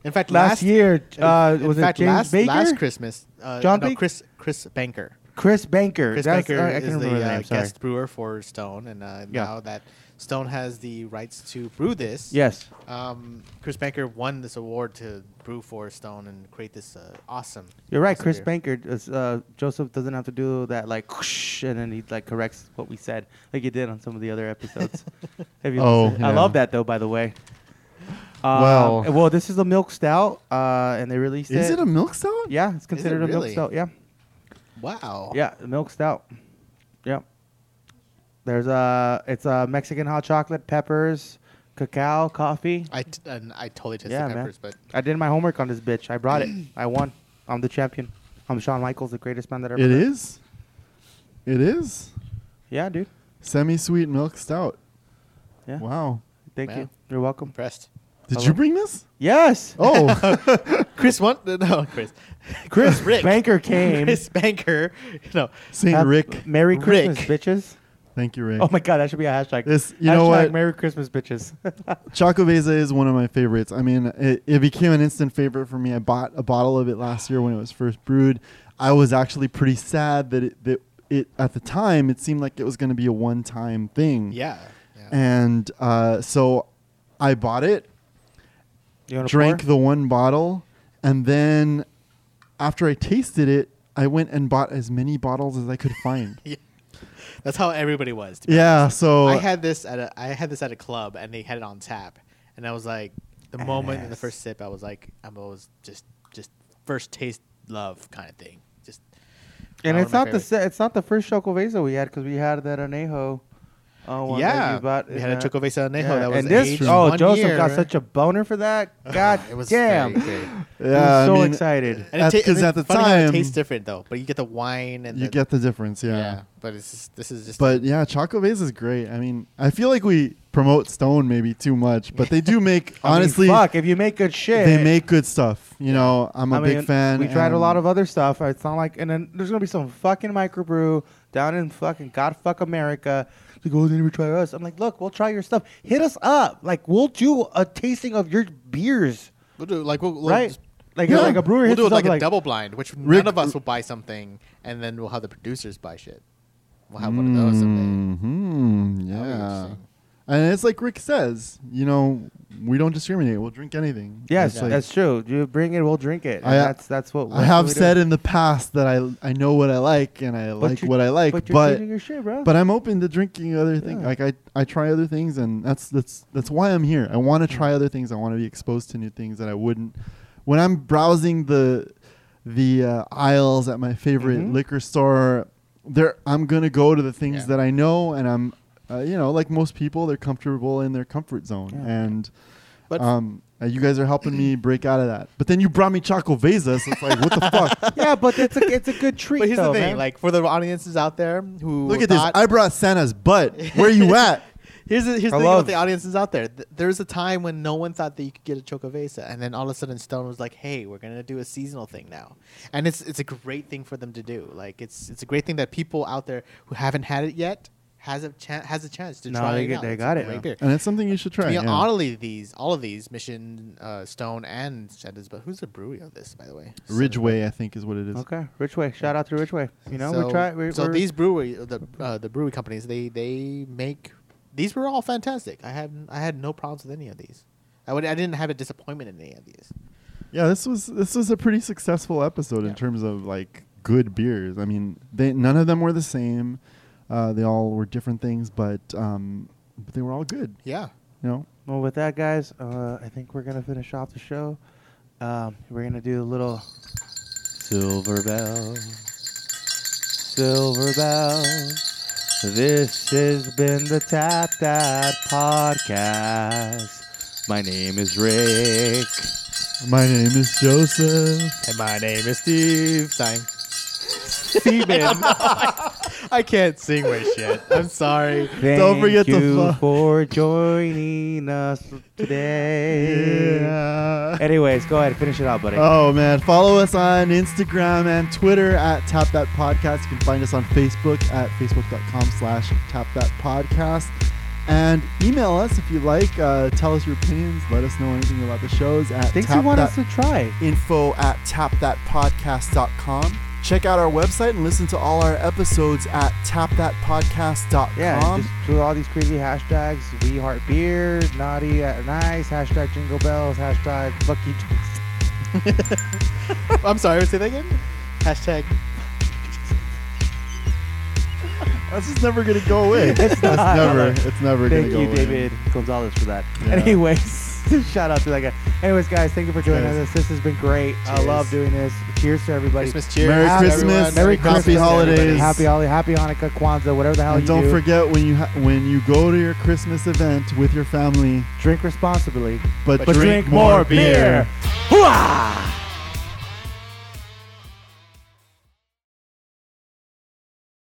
Speaker 3: in fact,
Speaker 1: last,
Speaker 3: last
Speaker 1: year uh,
Speaker 3: in
Speaker 1: was
Speaker 3: fact,
Speaker 1: it James
Speaker 3: last,
Speaker 1: Baker?
Speaker 3: last Christmas, uh,
Speaker 1: John
Speaker 3: no,
Speaker 1: Baker?
Speaker 3: Chris Chris Banker.
Speaker 1: Chris Banker.
Speaker 3: Chris
Speaker 1: That's-
Speaker 3: Banker
Speaker 1: I, I can
Speaker 3: is
Speaker 1: remember
Speaker 3: the
Speaker 1: the
Speaker 3: uh,
Speaker 1: name. Sorry.
Speaker 3: guest brewer for Stone, and uh,
Speaker 1: Yeah.
Speaker 3: now that Stone has the rights to brew this,
Speaker 1: Yes.
Speaker 3: um, Chris Banker won this award to brew for Stone and create this uh, awesome.
Speaker 1: You're right,
Speaker 3: awesome
Speaker 1: Chris
Speaker 3: beer.
Speaker 1: Banker. Is, uh, Joseph doesn't have to do that, like, whoosh, and then he like corrects what we said, like he did on some of the other episodes. If you
Speaker 2: Oh,
Speaker 1: listen. I
Speaker 2: yeah.
Speaker 1: love that though. By the way, um,
Speaker 2: Wow.
Speaker 1: well, this is a milk stout, uh, and they released
Speaker 2: Is it a milk stout?
Speaker 1: Yeah, it's considered a milk
Speaker 3: really? Oh.
Speaker 1: stout. Yeah,
Speaker 3: Wow.
Speaker 1: yeah, a milk stout. Yeah. There's a it's a Mexican hot chocolate, peppers, cacao, coffee.
Speaker 3: I, t- and I totally tasted
Speaker 1: Yeah, man.
Speaker 3: peppers, but
Speaker 1: I did my homework on this bitch. I brought it. I won. I'm the champion. I'm Shawn Michaels, the greatest man that ever.
Speaker 2: It
Speaker 1: lived.
Speaker 2: is. It is
Speaker 1: Yeah, dude.
Speaker 2: semi-sweet milk stout.
Speaker 1: Yeah.
Speaker 2: Wow.
Speaker 1: Thank
Speaker 3: Wow.
Speaker 1: you. You're welcome.
Speaker 3: impressed.
Speaker 2: Did
Speaker 1: Hello.
Speaker 2: you bring this?
Speaker 1: Yes.
Speaker 2: Oh,
Speaker 3: Chris won. No, Chris.
Speaker 1: Chris
Speaker 3: Rick.
Speaker 1: Banker came.
Speaker 3: Chris Banker. No.
Speaker 2: Saint
Speaker 1: Hap-
Speaker 2: Rick.
Speaker 1: Merry
Speaker 3: Rick.
Speaker 1: Christmas, bitches.
Speaker 2: Thank you, Rick.
Speaker 1: Oh my God, that should be a hashtag.
Speaker 2: This- you know
Speaker 1: Hashtag
Speaker 2: what?
Speaker 1: Merry Christmas, bitches.
Speaker 2: Choco Beza is one of my favorites. I mean, it, it became an instant favorite for me. I bought a bottle of it last year when it was first brewed. I was actually pretty sad that it, that it at the time it seemed like it was going to be a one-time thing.
Speaker 3: Yeah. yeah.
Speaker 2: And uh, so I bought it,
Speaker 1: You wanna
Speaker 2: drank
Speaker 1: pour?
Speaker 2: the one bottle, and then after I tasted it, I went and bought as many bottles as I could find.
Speaker 3: That's how everybody was. to be
Speaker 2: yeah. So
Speaker 3: I had this at a I had this at a club and they had it on tap and I was like the moment in the first sip I was like I'm always just just first taste love kind of thing just
Speaker 1: And
Speaker 3: uh, one
Speaker 1: it's
Speaker 3: of my
Speaker 1: not the
Speaker 3: favorites.
Speaker 1: se- it's not the first Choco Vesa we had because we had that anejo. Uh, one that
Speaker 3: yeah
Speaker 1: you bought
Speaker 3: we
Speaker 1: in
Speaker 3: had a
Speaker 1: that-
Speaker 3: Choco Vesa Anejo
Speaker 1: Yeah,
Speaker 3: that was
Speaker 1: and this,
Speaker 3: aged
Speaker 1: oh,
Speaker 3: one
Speaker 1: Joseph
Speaker 3: year.
Speaker 1: got such a boner for that. God
Speaker 3: it was
Speaker 1: damn!
Speaker 3: very good.
Speaker 1: He was
Speaker 2: I
Speaker 1: so
Speaker 2: mean,
Speaker 1: excited.
Speaker 3: And it
Speaker 2: That's
Speaker 3: ta-
Speaker 2: 'cause
Speaker 3: it's
Speaker 2: at the
Speaker 3: funny how it
Speaker 2: time-
Speaker 3: tastes different though but you get the wine and
Speaker 2: you
Speaker 3: the,
Speaker 2: get the difference.
Speaker 3: yeah.
Speaker 2: yeah.
Speaker 3: but it's just, this is just
Speaker 2: But yeah, Choco Vase is great. I mean, I feel like we promote Stone maybe too much, but they do make
Speaker 1: I mean,
Speaker 2: honestly
Speaker 1: fuck if you make good shit.
Speaker 2: they make good stuff. You know, I'm a
Speaker 1: I
Speaker 2: big
Speaker 1: mean,
Speaker 2: fan.
Speaker 1: We tried a
Speaker 2: and-
Speaker 1: lot of other stuff. It's not like, and then there's gonna be some fucking microbrew down in fucking God fuck America. It's Like, oh, they never try us. I'm like, look, we'll try your stuff. Hit us up. Like, we'll do a tasting of your beers,
Speaker 3: we'll do, like we'll, we'll
Speaker 1: right?
Speaker 3: just-
Speaker 1: Like,
Speaker 2: Yeah.
Speaker 1: like a brewer
Speaker 3: we'll
Speaker 1: hits
Speaker 3: do
Speaker 1: us
Speaker 3: it like
Speaker 1: up,
Speaker 3: a double blind which
Speaker 2: Rick-
Speaker 3: none of us will buy something and then we'll have the producers buy shit we'll have one of those
Speaker 1: Mm.
Speaker 3: someday
Speaker 2: Mhm,
Speaker 3: That'll be
Speaker 2: yeah.
Speaker 3: interesting.
Speaker 2: And it's like Rick says, you know, we don't discriminate. We'll drink anything.
Speaker 1: Yes,
Speaker 2: It's like-
Speaker 1: that's true. You bring it, we'll drink it. And
Speaker 2: I-
Speaker 1: that's that's what
Speaker 2: I have said in the past that I I know what I like and I like
Speaker 1: you're-
Speaker 2: what I like,
Speaker 1: But
Speaker 2: but
Speaker 1: you're changing your shit, bro.
Speaker 2: but I'm open to drinking other things.
Speaker 1: Yeah.
Speaker 2: Like I, I try other things, and that's that's that's why I'm here. I want to try other things. I want to be exposed to new things that I wouldn't. When I'm browsing the the uh, aisles at my favorite
Speaker 1: Mhm.
Speaker 2: liquor store, there I'm gonna go to the things
Speaker 3: Yeah.
Speaker 2: that I know, and I'm, uh, you know, like most people, they're comfortable in their comfort zone,
Speaker 1: Yeah.
Speaker 2: and.
Speaker 3: But-
Speaker 2: um, uh, you guys are helping me break out of that, but then you brought me Choco Vesa, so it's like, what the fuck?
Speaker 1: yeah, but it's a it's a good treat.
Speaker 3: But here's
Speaker 1: though,
Speaker 3: the thing,
Speaker 1: man.
Speaker 3: like for the audiences out there who
Speaker 2: Look at this!
Speaker 3: thought,
Speaker 2: I brought Santa's butt. Where you at?
Speaker 3: here's the, here's
Speaker 1: I
Speaker 3: the thing about
Speaker 1: love-
Speaker 3: the audiences out there. Th- There's a time when no one thought that you could get a chocovesa, and then all of a sudden Stone was like, "Hey, we're gonna do a seasonal thing now," and it's it's a great thing for them to do. Like it's it's a great thing that people out there who haven't had it yet has a chan has a chance to
Speaker 1: No,
Speaker 3: try
Speaker 1: they
Speaker 3: it
Speaker 1: get-
Speaker 3: out.
Speaker 1: they
Speaker 3: It's a
Speaker 1: got it.
Speaker 3: great
Speaker 1: Yeah.
Speaker 3: beer.
Speaker 2: And it's something you should try.
Speaker 3: I mean,
Speaker 2: yeah.
Speaker 3: all of these, all of these, Mission uh, Stone and Shenda's, but who's the brewery of this, by the way?
Speaker 2: Ridgeway, I think, is what it is.
Speaker 1: okay, Richway. Shout out to Richway. You know,
Speaker 3: so,
Speaker 1: we try. We,
Speaker 3: so
Speaker 1: we're,
Speaker 3: these brewery, the uh, the brewery companies, they they make these were all fantastic. I had I had no problems with any of these. I would I didn't have a disappointment in any of these.
Speaker 2: Yeah, this was this was a pretty successful episode in
Speaker 3: Yeah.
Speaker 2: terms of like good beers. I mean, they none of them were the same. Uh, they all were different things, but um, but they were all good.
Speaker 3: Yeah,
Speaker 2: You know,
Speaker 1: Well, with that, guys, uh, I think we're gonna finish off the show. Um, we're gonna do a little silver bell, silver bell. This has been the Tap That Podcast. My name is Rick.
Speaker 2: my name is Joseph.
Speaker 3: and my name is Steve Stein.
Speaker 1: Steven.
Speaker 7: I can't sing my shit. I'm sorry.
Speaker 1: Thank
Speaker 2: Don't forget the
Speaker 1: you
Speaker 2: fu-
Speaker 1: for joining us today.
Speaker 2: Yeah.
Speaker 1: Anyways, go ahead, finish it out, buddy.
Speaker 2: Oh man, follow us on Instagram and Twitter at Tap That Podcast. You can find us on Facebook at facebook.com slash Tap That Podcast. And email us if you like. Uh, tell us your opinions. Let us know anything about the shows at
Speaker 1: Things
Speaker 2: Tap
Speaker 1: you want
Speaker 2: That
Speaker 1: us to try.
Speaker 2: info at tapthatpodcast.com. Check out our website and listen to all our episodes at tapthatpodcast.com.
Speaker 1: Yeah, just do all these crazy hashtags. We heart beer, naughty at nice, hashtag jingle bells, hashtag lucky.
Speaker 7: I'm sorry. Say that again. Hashtag.
Speaker 2: That's just never going to go away. it's
Speaker 1: not.
Speaker 2: never. It's never going to
Speaker 1: Thank
Speaker 2: go
Speaker 1: you,
Speaker 2: away.
Speaker 1: David Gonzalez, for that.
Speaker 2: Yeah.
Speaker 1: Anyways, shout out to that guy. Anyways, guys, thank you for joining
Speaker 2: Cheers.
Speaker 1: us. This has been great. I
Speaker 7: Cheers.
Speaker 1: love doing this. Cheers to everybody.
Speaker 7: Christmas cheers.
Speaker 2: Merry
Speaker 1: Happy-
Speaker 2: Christmas.
Speaker 7: Merry
Speaker 2: happy
Speaker 7: Christmas,
Speaker 2: holidays.
Speaker 7: everybody.
Speaker 1: Happy Holi- Happy Hanukkah, Kwanzaa, whatever the hell
Speaker 2: and
Speaker 1: you
Speaker 2: don't
Speaker 1: do.
Speaker 2: forget when you ha- when you go to your Christmas event with your family,
Speaker 1: drink responsibly.
Speaker 2: but,
Speaker 1: But drink more beer. Hooah!